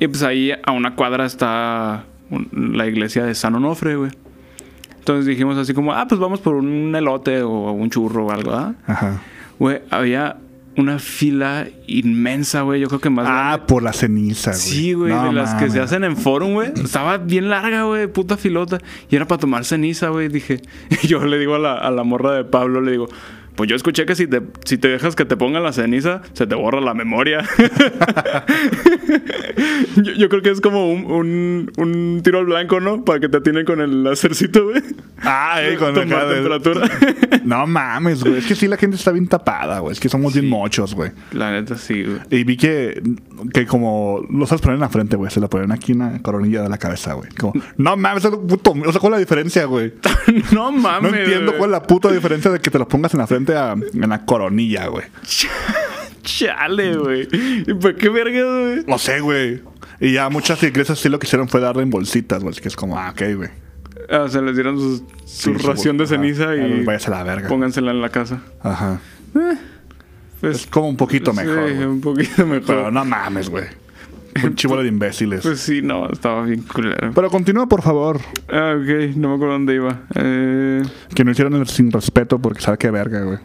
y pues ahí a una cuadra está un- la iglesia de San Onofre, güey. Entonces dijimos así como, ah, pues vamos por un elote o un churro o algo, ¿ah? Ajá. Güey, había una fila inmensa, güey. Yo creo que más grande Ah, por la ceniza, güey. Sí, güey, No de las que se mames. hacen en forum, güey. Estaba bien larga, güey, puta filota. Y era para tomar ceniza, güey, dije. Y yo le digo a la, a la morra de Pablo, le digo, pues yo escuché que si te, si te dejas que te pongan la ceniza, se te borra la memoria. yo, yo creo que es como un, un- un tiro al blanco, ¿no? Para que te atinen con el lacercito, güey. Ah, eh, con Tomar acá de- temperatura. No mames, güey. Es que sí, la gente está bien tapada, güey. Es que somos bien mochos, güey. la neta, sí, güey. Y vi que, que como los ponen en la frente, güey. Se la ponen aquí en la coronilla de la cabeza, güey. Como, no mames, es un puto. O sea, ¿cuál es la diferencia, güey? no No mames. entiendo güey. cuál es la puta diferencia de que te los pongas en la frente a, en la coronilla, güey. Chale, güey. ¿Y por qué verga, güey? No sé, güey. Y ya muchas iglesias sí lo que hicieron fue darle en bolsitas, güey. Así que es como, ah, ok, güey. Ah, o sea, les dieron sus- Sí, su, su ración bol- de ceniza Ajá. Ah, y pues váyase a la verga. póngansela en la casa. Ajá. Pues, Es como un poquito sí, mejor, güey. un poquito mejor. Pero no mames, güey. Un chivolo de imbéciles. Pues sí, no, estaba bien culero. Pero continúa, por favor. Ah, ok, no me acuerdo dónde iba. Eh, Que no hicieron el sin respeto porque sabe qué verga, güey.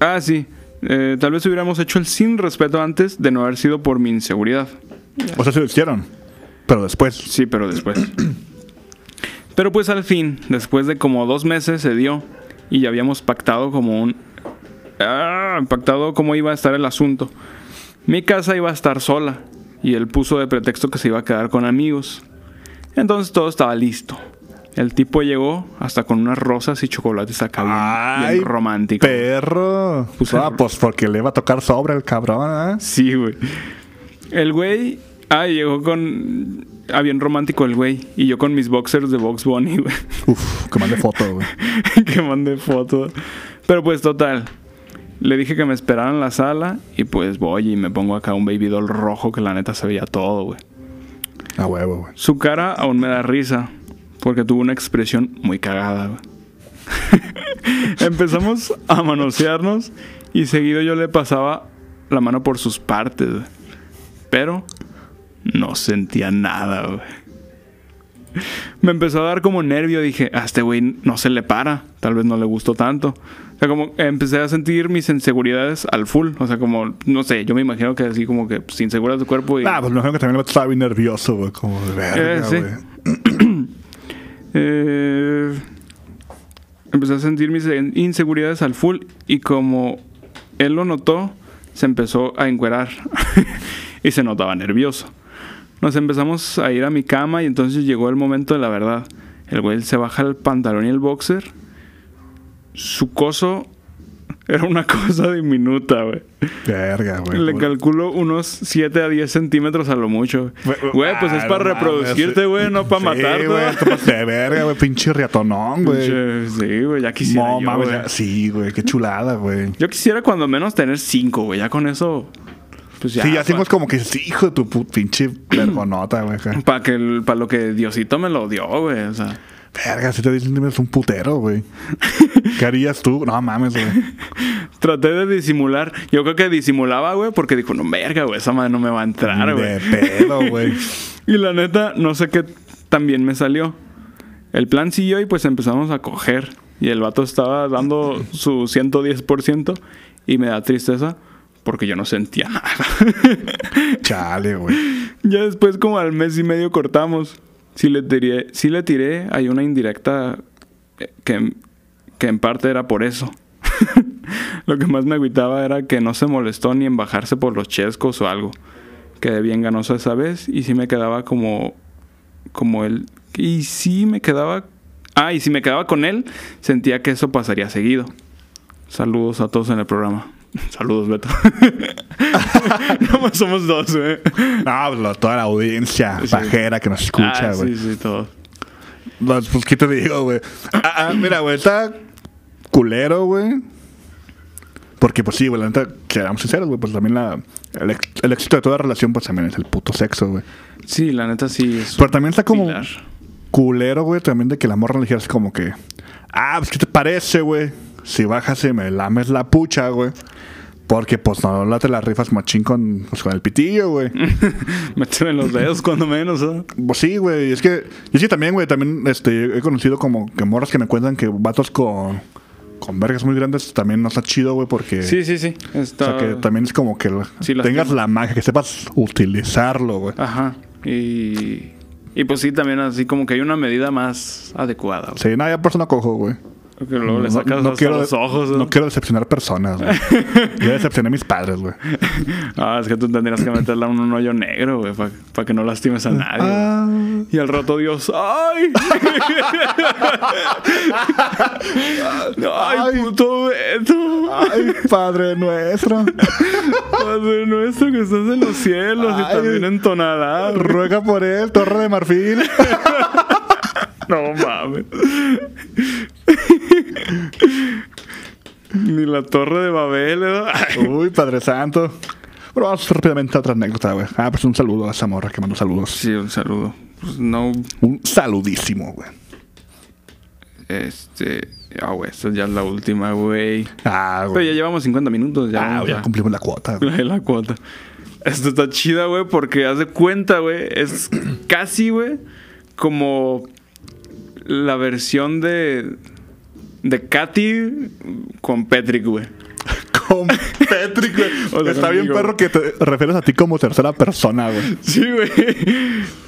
ah, sí. Eh, tal vez hubiéramos hecho el sin respeto antes de no haber sido por mi inseguridad. O sea, se lo hicieron. Pero después. Sí, pero después. pero pues al fin, después de como dos meses, se dio. Y ya habíamos pactado como un. Ah, pactado cómo iba a estar el asunto. Mi casa iba a estar sola. Y él puso de pretexto que se iba a quedar con amigos. Entonces todo estaba listo. El tipo llegó hasta con unas rosas y chocolates acá bien, bien romántico. Perro. Pues, ah, pues porque le va a tocar sobre el cabrón, ¿ah? Sí, güey. El güey. Ah, llegó con. Ah, bien romántico el güey. Y yo con mis boxers de Box Bunny, güey. Uf, que mande foto, güey. que mandé foto. Pero pues, total. Le dije que me esperaran en la sala. Y pues voy y me pongo acá un baby doll rojo que la neta se veía todo, güey. A huevo, güey. Su cara aún me da risa. Porque tuvo una expresión muy cagada, güey. Empezamos a manosearnos. Y seguido yo le pasaba la mano por sus partes, güey. Pero no sentía nada, güey. Me empezó a dar como nervio. Dije, a este güey no se le para. Tal vez no le gustó tanto. O sea, como empecé a sentir mis inseguridades al full. O sea, como, no sé, yo me imagino que así como que pues, inseguras de cuerpo y... Ah, pues me imagino que también el vato estaba bien nervioso, güey. Como de verga, Eh, sí. güey. Eh, empecé a sentir mis en- inseguridades al full y como él lo notó, se empezó a encuerar y se notaba nervioso. Nos empezamos a ir a mi cama y entonces llegó el momento de la verdad. El güey se baja el pantalón y el boxer. Su coso era una cosa diminuta, güey. Verga, güey. Le Güey. calculo unos 7 a 10 centímetros a lo mucho. Güey, pues es Ah, para no mames, reproducirte, sí. güey, no para Sí, matarte. güey, esto pa- De verga, güey. Pinche riatonón, güey. Pinche- Sí, güey, ya quisiera. No yo, mames, güey. ya- sí, güey. Qué chulada, güey. Yo quisiera cuando menos tener cinco, güey. Ya con eso. Pues ya. sí, ya hacemos Para como que sí, hijo de tu put- pinche vergonota, güey. acá. que el- pa' lo que Diosito me lo dio, güey. O sea. Verga, si te dicen es un putero, güey. ¿Qué harías tú? No mames, güey. Traté de disimular. Yo creo que disimulaba, güey, porque dijo, no, verga, güey, esa madre no me va a entrar, De güey. pedo, güey. Y la neta, no sé qué también me salió. El plan siguió y pues empezamos a coger. Y el vato estaba dando su 110% y me da tristeza porque yo no sentía nada. Chale, güey. ya después como al mes y medio cortamos. Sí le tiré, sí le tiré, hay una indirecta eh, que, que en parte era por eso. Lo que más me agüitaba era que no se molestó ni en bajarse por los chescos o algo. Quedé bien ganoso esa vez y sí me quedaba como como él. Y si me quedaba. Ah, y si me quedaba con él, sentía que eso pasaría seguido. Saludos a todos en el programa. Saludos, Beto. Nomás somos dos, ¿eh? No, pues, lo- toda la audiencia pajera que nos escucha, Ah, güey. sí, sí, todos. Pues, pues, ¿qué te digo, güey? Ah, ah, mira, güey, está culero, güey. Porque, pues sí, güey, la neta, seamos sinceros, güey, pues también la, el, ex- el éxito de toda relación, pues también es el puto sexo, güey. Sí, la neta sí. Es Pero también está como pilar. culero, güey, también de que la morra le dijera así como que, ah, pues, ¿qué te parece, güey? Si bajas y me lames la pucha, güey. Porque, pues, no, no te la rifas machín con, pues, con el pitillo, güey. Mm. Méteme los dedos cuando menos, ¿eh? Pues sí, güey. Es que. Y es que también, güey, también este, he conocido como que morras que me cuentan que vatos con. con vergas muy grandes también no está chido, güey, porque. Sí, sí, sí. O Está... sea, que también es como que la- Sí, Ah. lastima. tengas la magia, que sepas utilizarlo, güey. Ajá. Y... Y pues sí, también así como que hay una medida más adecuada. güey. Sí, nada, ya persona cojo, güey. Que luego le sacas hasta los ojos. ¿eh? no quiero decepcionar personas, güey. Yo decepcioné a mis padres, güey. Ah, es que tú tendrías que meterla en un hoyo negro, güey, para que no lastimes a nadie. güey. Ah, Y al rato Dios, ¡ay! ¡Ay, puto Beto! ay, padre nuestro. Padre nuestro que estás en los cielos y Ay. también en Tonalá. güey. Ruega por él, Torre de Marfil. No mames. Ni la torre de Babel, ¿eh? ¿verdad? Uy, Padre Santo. Bueno, vamos rápidamente a otra anécdota, güey. Ah, pues un saludo a esa morra que mandó saludos. Sí, un saludo. Pues no, Un saludísimo, güey. este... Ah, güey, esta ya es la última, güey. Ah, Pero ya güey. llevamos 50 minutos. Ya, Ah, vamos ya a- cumplimos la cuota. güey. La de la cuota. Esto está chida, güey, porque haz de cuenta, güey. Es casi, güey, como la versión de. de Katy con Patrick, güey. Con Patrick, güey. O sea, Está bien, conmigo, perro, que te refieres a ti como tercera persona, güey. Sí, güey.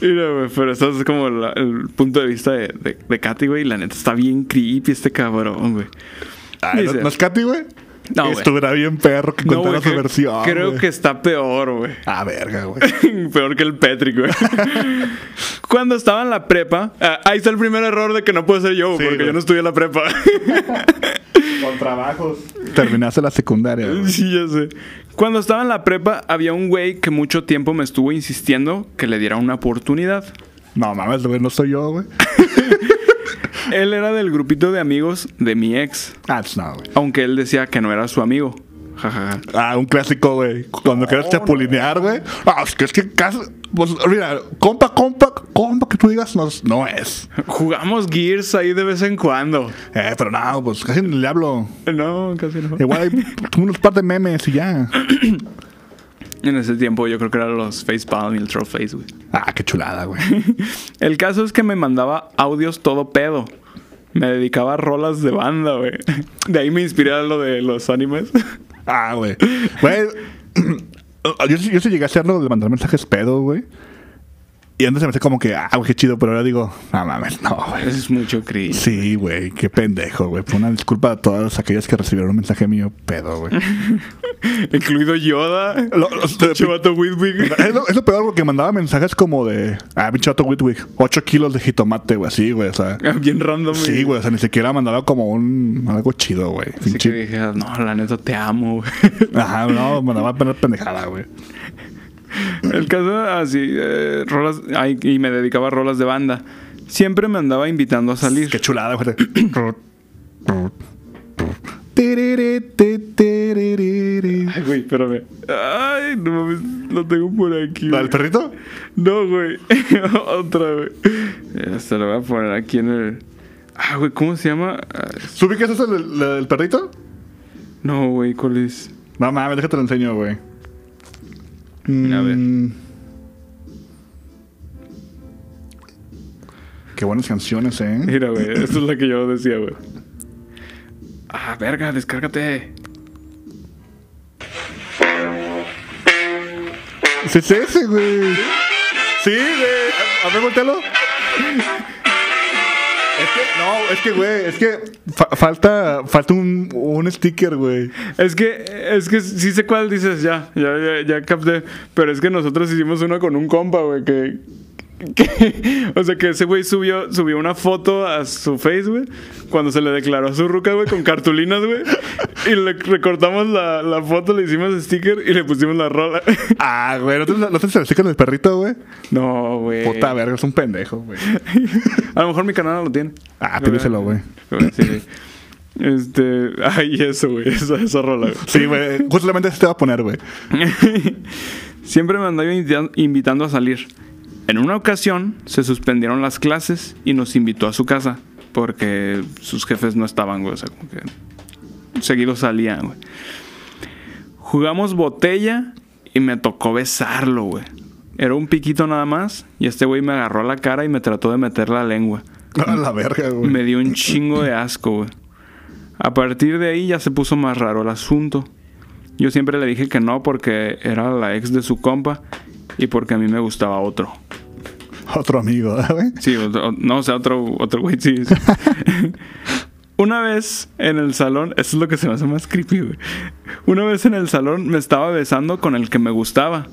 Mira, güey, pero esto es como la- el punto de vista de, de, de Katy, güey. y La neta está bien creepy este cabrón, güey. Ay, Ah, ¿no, Dice- ¿No es Katy, güey? No, güey. Estuviera bien, perro, que contara güey, su creo- versión. Creo güey. que está peor, güey. Ah, verga, güey. Peor que el Patrick, güey. Cuando estaba en la prepa, ah, ahí está el primer error de que no puedo ser yo, Sí, porque güey. yo no estudié la prepa. Con trabajos. Terminaste la secundaria, güey. sí, ya sé. Cuando estaba en la prepa, había un güey que mucho tiempo me estuvo insistiendo que le diera una oportunidad. No mames, güey, no soy yo, güey. Él era del grupito de amigos de mi ex, Ah, pues no, güey. aunque él decía que no era su amigo. Jajaja. Ah, un clásico, güey. Cuando quieres chapulinear, güey. Ah, es que es que casi. Pues, mira, compa, compa, compa que tú digas no, es- no es. Jugamos Gears ahí de vez en cuando. Eh, pero no, pues casi ni le hablo. No, casi no. Igual hay unos par de memes y ya. En ese tiempo yo creo que eran los facepalm y el troll face, güey. Ah, qué chulada, güey. El caso es que me mandaba audios todo pedo. Me dedicaba a rolas de banda, güey. De ahí me inspiré a lo de los animes. Ah, güey. Güey. Yo, sí- yo sí llegué a hacerlo de mandar mensajes pedo, güey. Y antes se me hacía como que, ah, güey, qué chido, pero ahora digo, no mames, no, güey. Eso es mucho cringe. Sí, güey, qué pendejo, güey. Una disculpa a todas aquellas que recibieron un mensaje mío pedo, güey. Incluido Yoda. Este Lo- lo- Chivato Whitwig. Es lo, es lo peor, güey, que mandaba mensajes como de. Ah, mi chato Whitwick, 8 kilos de jitomate, güey, así, güey, o sea. Bien random. Sí, güey, o sea, ni siquiera mandaba como un. Algo chido, güey. Así que Pinche- Ah. dije, no, la neta te amo, güey. Ajá, no, mandaba apenas pendejada, güey. El caso así, eh, rolas. ay, y me dedicaba a rolas de banda. Siempre me andaba invitando a salir. Qué chulada, güey. Terere, te, terere. Ay, güey, espérame. Ay, no mames, lo tengo por aquí. ¿La güey. del perrito? No, güey. Otra, güey. Eh, Se lo voy a poner aquí en el. Ah, güey, ¿cómo se llama? Ah, ¿Subí que es esa, la- la del perrito? No, güey, ¿cuál es? No mames, déjate lo enseño, güey. A ver. Mm. qué buenas canciones, ¿eh? Mira, güey, esta es la que yo decía, güey. Ah, verga, descárgate. Sí, es ese, güey. Sí, güey. A a ver, voltealo. Es que, no, es que, güey, es que fa- falta, falta un, un sticker, güey. Es que, es que sí sé cuál dices, ya, ya, ya, ya capté. Pero es que nosotros hicimos una con un compa, güey, que, que- O sea, que ese güey subió, subió una foto a su face, güey, cuando se le declaró a su ruca, güey, con cartulinas, güey. Y le recortamos la, la foto, le hicimos sticker y le pusimos la rola. Ah, güey, ¿no tienes, no tienes el sticker del perrito, güey? No, güey. Puta verga, es un pendejo, güey. A lo mejor mi canal no lo tiene. Ah, pídeselo, güey. Sí, sí. Este. Ay, eso, güey. Esa, esa rola, güey. Sí, güey, justamente se te va a poner, güey. Siempre me andaba invita- invitando a salir. En una ocasión se suspendieron las clases y nos invitó a su casa porque sus jefes no estaban, güey. O sea, como que seguido salían, güey. Jugamos botella y me tocó besarlo, güey. Era un piquito nada más y este güey me agarró la cara y me trató de meter la lengua. A la verga, güey. Me dio un chingo de asco, güey. A partir de ahí ya se puso más raro el asunto. Yo siempre le dije que no porque era la ex de su compa y porque a mí me gustaba otro. Otro amigo, ¿eh, güey. Sí, otro- no, o sea, otro, otro güey, sí. sí. Una vez en el salón, eso es lo que se me hace más creepy, güey. Una vez en el salón me estaba besando con el que me gustaba.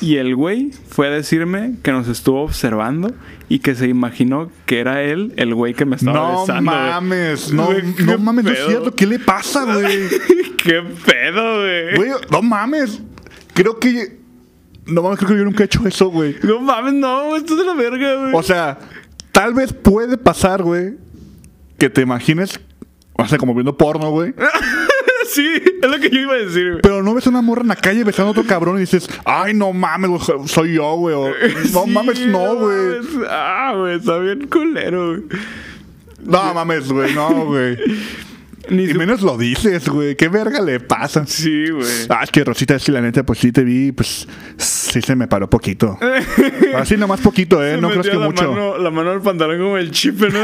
Y el güey fue a decirme que nos estuvo observando y que se imaginó que era él el güey que me estaba No besando. güey. mames, no, Güey, qué no mames, no es pedo. cierto. ¿Qué le pasa, güey? ¡Qué pedo, güey! Güey, no mames. Creo que. No mames, creo que yo nunca he hecho eso, güey. No mames, no, esto es de la verga, güey. O sea, tal vez puede pasar, güey, que te imagines, o sea, como viendo porno, güey. sí, es lo que yo iba a decir, güey. Pero no ves a una morra en la calle besando a otro cabrón y dices, ay, no mames, güey, soy yo, güey. o, no Sí, mames, no, güey. mames. Ah, güey, está bien culero, güey. No mames, güey, no, güey. Ni Y su- menos lo dices, güey. ¿Qué verga le pasa? Sí, güey. Ah, es que Rosita, es que la neta, pues sí te vi, pues sí se me paró poquito. Así nomás poquito, ¿eh? Se No creas metía que la mucho. Mano, la mano al pantalón como el chip, ¿no?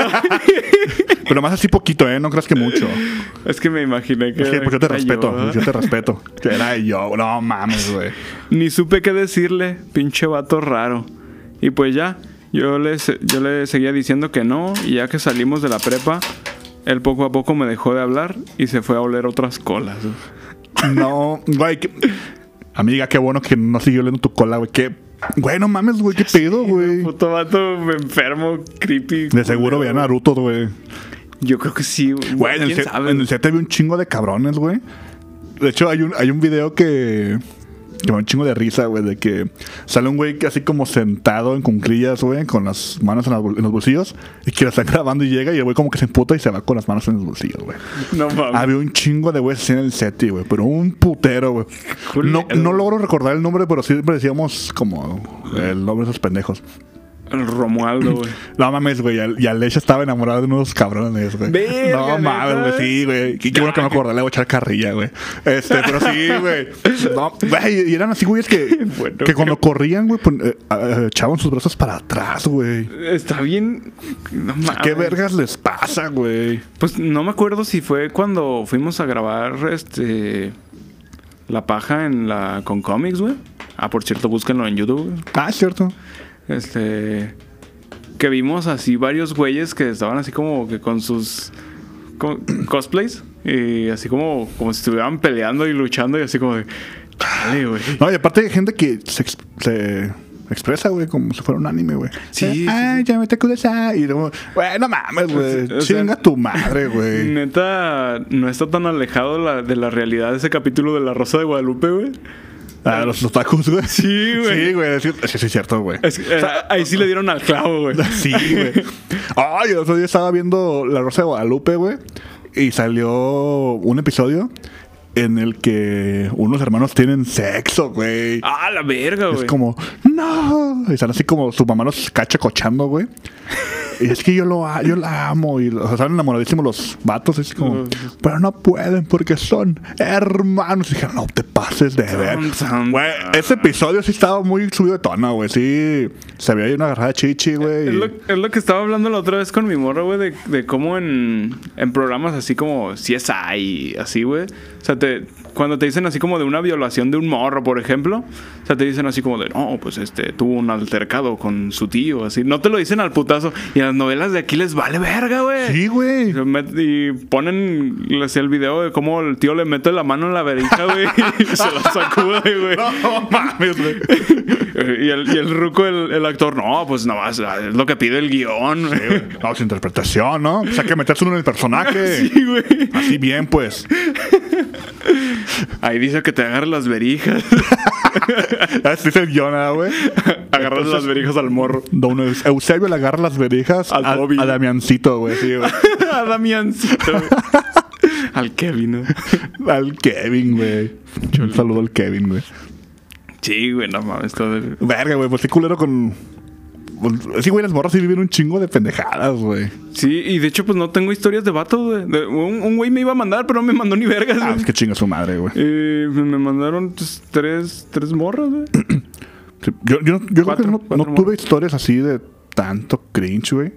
Pero más así poquito, ¿eh? No creas que mucho. es que me imaginé que. Es que, pues yo te era respeto, yo, ¿verdad? yo te respeto. Era yo, no mames, güey. Ni supe qué decirle, pinche vato raro. Y pues ya, yo le, se- yo le seguía diciendo que no, y ya que salimos de la prepa, él poco a poco me dejó de hablar y se fue a oler otras colas. No, güey. qué- Amiga, qué bueno que no siguió leyendo tu cola, güey. Qué... Güey, no mames, güey, qué pedo, güey. Puto vato me enfermo, creepy. De seguro veía Naruto, güey. Yo creo que sí, güey. Güey, en el, ¿Quién set, sabe? en el set había un chingo de cabrones, güey. De hecho, hay un, hay un video que. Que me da un chingo de risa, güey, de que sale un güey que así como sentado en cunclillas, güey, con las manos en, las bol- en los bolsillos, y que la están grabando y llega y el güey como que se emputa y se va con las manos en los bolsillos, güey. No mames. Había un chingo de güeyes así en el set, güey, pero un putero, güey. No, Culero. no logro recordar el nombre, pero siempre decíamos como el nombre de esos pendejos. El Romualdo, güey. No mames, güey, ya- ya Lecha estaba enamorado de unos cabrones, güey. Verga, No ¿neta? mames, güey, sí, güey. Qué, qué bueno que me acordé, le voy a echar carrilla, güey. Este, pero sí, güey. No, güey, y eran así, güeyes que, Bueno, que cuando corrían, güey, pon- eh, eh, echaban sus brazos para atrás, güey. Está bien. No mames. ¿Qué vergas les pasa, güey? Pues no me acuerdo si fue cuando fuimos a grabar este la paja en la con cómics, güey. Ah, por cierto, búsquenlo en YouTube. güey. Ah, es cierto. Este que vimos así varios güeyes que estaban así como que con sus co- cosplays y así como como si estuvieran peleando y luchando y así como de chale, güey. No, y aparte hay gente que se, ex- se expresa, güey, como si fuera un anime, güey. Sí, sí, Pues, Ah, ya me te esa. Y luego, güey, no mames, güey. O sea- Chinga tu madre, güey. Neta, no está tan alejado la- de la realidad ese capítulo de La Rosa de Guadalupe, güey. A Ah, los otakus, güey. Sí, güey. Sí, güey. Sí, sí, sí, es cierto, güey. Es que, eh, ahí sí le dieron al clavo, güey. Sí, güey. Ay, el otro día estaba viendo La Rosa de Guadalupe, güey. Y salió un episodio en el que unos hermanos tienen sexo, güey. Ah, la verga, es güey. como, no. Y están así como su mamá los cacha cochando, güey. Y es que yo lo a- yo la amo. Y o sea, están enamoradísimos los vatos. Es como, pero no pueden porque son hermanos. Y dije, no te pases de ver. Tan, tan, Güey, tan. ese episodio sí estaba muy subido de tono, güey. Sí, se veía ahí una agarrada de chichi, güey. Es y- lo, es lo que estaba hablando la otra vez con mi morra, güey, de, de cómo en, en programas así como CSI, así, güey. O sea, te, cuando te dicen así como de una violación de un morro, por ejemplo, o sea, te dicen así como de, no, pues este, tuvo un altercado con su tío, así. No te lo dicen al putazo. Y a las novelas de aquí les vale verga, güey. Sí, güey. Y met- Y ponen así el video de cómo el tío le mete la mano en la verija, güey, y se la sacude, güey. No mames, güey. y, el, y el ruco, el, el actor, no, pues nada más, ah, es lo que pide el guión. No, su interpretación, ¿no? O sea, que meterse uno en el personaje. Sí, güey. Así bien, pues. Ahí dice que te agarras las verijas. Así dice el guion, ¿ah, güey. agarras las verijas al morro. Don Eusebio le agarra las verijas Al a, Bobby. a Damiancito, güey. Sí, güey. A Damiancito, güey. Al Kevin, ¿no? Al Kevin, güey. Un saludo al Kevin, güey. Sí, güey, no mames. todo el- Verga, güey, pues qué culero con. Sí, güey, las morras sí viven un chingo de pendejadas, güey. Sí, y de hecho, pues no tengo historias de vato, güey. De- Un un güey me iba a mandar, pero no me mandó ni vergas, Ah, güey. es que chinga su madre, güey. Eh, me mandaron pues, tres, tres morras, güey. Sí, Yo, yo, no- yo creo Cuatro, que no- cuatro no, tuve historias así de tanto cringe, güey.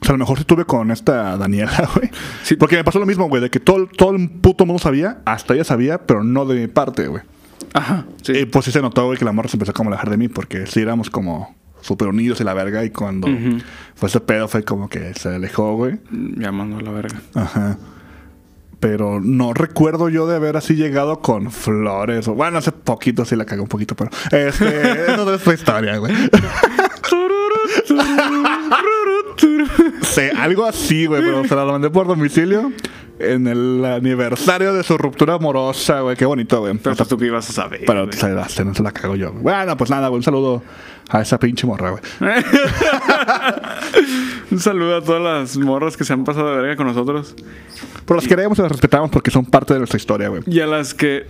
O sea, a lo mejor sí tuve con esta Daniela, güey. Sí. Porque me pasó lo mismo, güey, de que todo, todo el puto mundo sabía, hasta ella sabía, pero no de mi parte, güey. Ajá, sí. Y pues sí se notó, güey, que la morra se empezó como a alejar de mí, porque sí éramos como súper unidos y la verga, y cuando Ujú. fue ese pedo fue como que se alejó, güey. Ya mandó a la verga. Ajá. Pero no recuerdo yo de haber así llegado con flores. O, bueno, hace poquito sí la cagó un poquito, pero. Este. no es tu historia, güey. Sí, algo así, güey, pero se la mandé por domicilio en el aniversario de su ruptura amorosa, güey. Qué bonito, güey. Pero pues, tú qué ibas a saber. Pero güey? se la, se, se la cago yo. güey. Bueno, pues nada, güey. Un saludo a esa pinche morra, güey. Un saludo a todas las morras que se han pasado de verga con nosotros. Pero Pues las queremos y las respetamos porque son parte de nuestra historia, güey. Y a las que.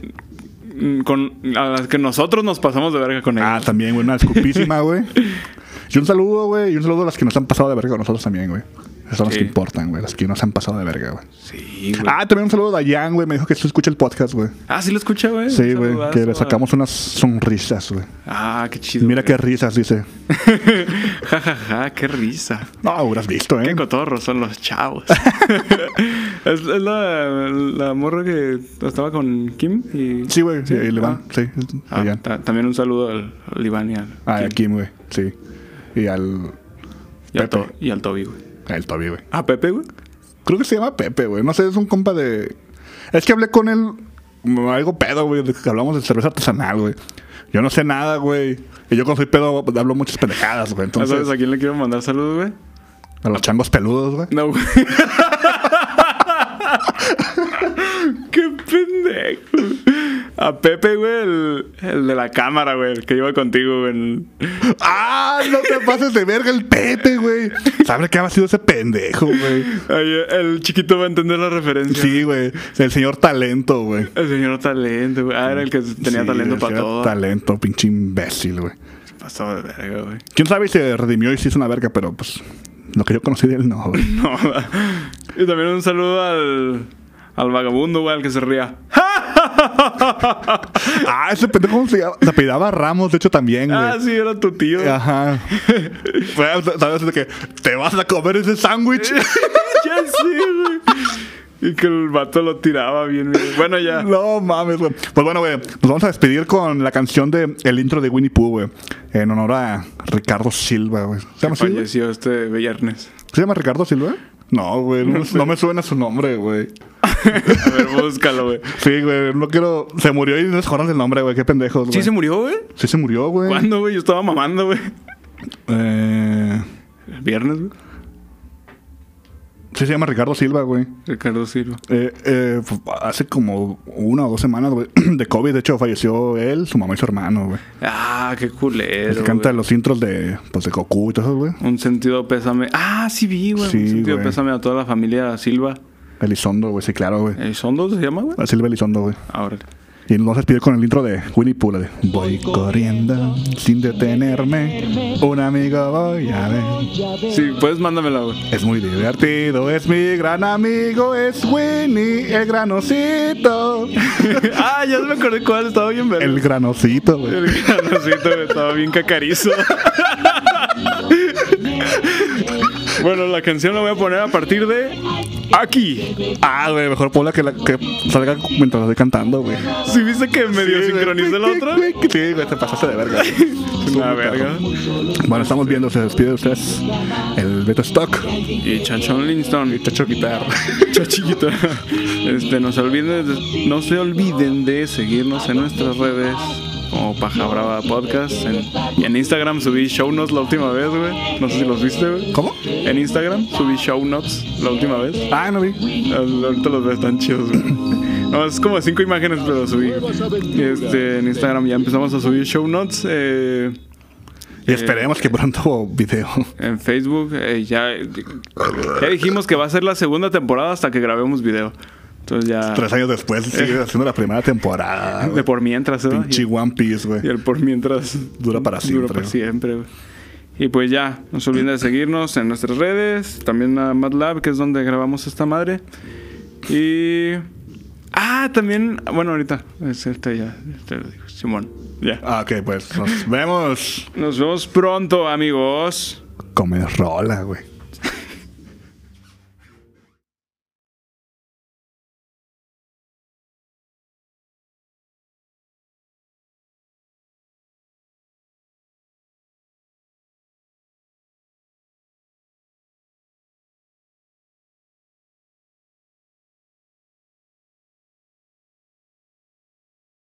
mm, Con, a las que nosotros nos pasamos de verga con Ah, ellas. también, güey, una disculpísima, güey. Y un saludo, güey, y un saludo a las que nos han pasado de verga con nosotros también, güey. Esas son las Sí. que importan, güey, las que nos han pasado de verga, güey. sí, güey. Ah, Ah, también un saludo a Dayan, güey, me dijo que se escucha el podcast, güey. sí lo escuché, güey. Sí, Un güey, saludazo que le a- sacamos unas sonrisas, güey. Ah, qué chido. Mira qué güey. risas, dice. ja, ja, ja, qué risa. No, hubieras visto, Qué ¿eh? cotorros son los chavos. es es la, la morra que estaba con Kim y. Sí, güey, sí, ahí le van, sí, Ah, Dayan. ta- también un saludo al, al Iván y al, Ah, a Kim, güey, sí. Y al... y al, Pepe. To- y al Toby, güey. a El Toby, güey. Ah, Pepe, güey. Creo que se llama Pepe, güey. No sé, es un compa de. Es que hablé con él. mm, Algo pedo, güey. de que hablamos de cerveza artesanal, güey. Yo no sé nada, güey. Y yo cuando soy pedo hablo muchas pendejadas, güey. ¿Ya ¿Sabes a Entonces, quién le quiero mandar saludos, güey? a los changos peludos, güey. No, güey. Qué pendejo. A Pepe, güey, el, el de la cámara, güey, el que iba contigo, güey. el- ¡Ah! No te pases de verga el Pepe, güey. ¿Sabes qué ha sido ese pendejo, güey? Ay, el chiquito va a entender la referencia. Sí, güey. El señor talento, güey. El señor talento, güey. Ah, era el que tenía Sí, talento el para señor todo. Talento, pinche imbécil, güey. Pasaba de verga, güey. Quién sabe si se redimió y se hizo una verga, pero pues. Lo que yo conocí de él, no, güey. No, y también un saludo al, al vagabundo, güey, al que se ría. Ah, ese pendejo ¿cómo se llama? Se apellidaba Ramos, de hecho, también, güey. Ah, sí, era tu tío. Ajá. Fue, ¿Sabes de que te vas a comer ese sándwich? ya sí, güey. Y que el vato lo tiraba bien, bien. Bueno, ya. No mames, güey. Pues bueno, güey, nos vamos a despedir con la canción de el intro de Winnie Pooh, güey. En honor a Ricardo Silva, güey. ¿Se llama Silva? Falleció este viernes. ¿Se llama Ricardo Silva? No, güey, no, no me suena su nombre, güey. A ver, búscalo, güey. Sí, güey, no quiero. Se murió y no se acuerdan del nombre, güey. Qué pendejos, güey. ¿Sí se murió, güey? Sí se murió, güey. ¿Cuándo, güey? Yo estaba mamando, güey. Eh, El viernes, güey. sí se llama Ricardo Silva, güey. Ricardo Silva. Eh, eh, hace como una o dos semanas, güey, de COVID, de hecho, falleció él, su mamá y su hermano, güey. Ah, qué culero. El que canta güey. los intros de, pues, de Goku y todo eso, güey. Un sentido pésame. Ah, sí vi, güey. Sí, un sentido güey. pésame a toda la familia Silva. Elizondo, güey, sí, claro, güey. ¿Eh, ¿Son dos se llama, güey? Silva Elizondo, güey. Ahora. Y nos despide con el intro de Winnie Pooh. la de, Voy corriendo sin detenerme. Un amigo voy a ver. Sí, puedes mándamela, güey. Es muy divertido. Es mi gran amigo. Es Winnie, el granocito. ah, ya me acordé cuál, estaba bien verde. El granocito, güey. El granocito güey, estaba bien cacarizo. Bueno, la canción la voy a poner a partir de aquí. Ah, güey, mejor ponla que, la, que salga mientras la estoy cantando, güey. ¿Sí viste que medio sincronicé la otra? Sí, güey, te pasaste de verga. Es una verga. Bueno, estamos viendo, se despide de ustedes el Beto Stock. Y Chanchón Linston. Y Chacho Guitar. Chachillita. Este, no se olviden, de- no se olviden de seguirnos en nuestras redes como Paja Brava Podcast. En- y en Instagram subí show notes la última vez, güey. No sé si los viste, güey. ¿Cómo? En Instagram subí show notes la última vez. Ah, no vi. Al- Ahorita los ves tan chidos, güey. No, es como cinco imágenes, pero subí. Este, en Instagram ya empezamos a subir show notes. eh, Y esperemos que pronto video. en Facebook eh, ya, ya dijimos que va a ser la segunda temporada hasta que grabemos video. Entonces ya. Tres años después sigue haciendo la primera temporada. güey. Eh. De por mientras, ¿verdad? Pinche One Piece, güey. Y el por mientras Dura para siempre, Dura para ¿no? siempre. güey. Y pues ya, no se olviden de seguirnos en nuestras redes, también a MATLAB, que es donde grabamos esta madre. Y. Ah, también. Bueno, ahorita. es Este ya. Este lo digo. Simón. Ya. Ah, ok, pues nos vemos. Nos vemos pronto, amigos. Comes rola, güey.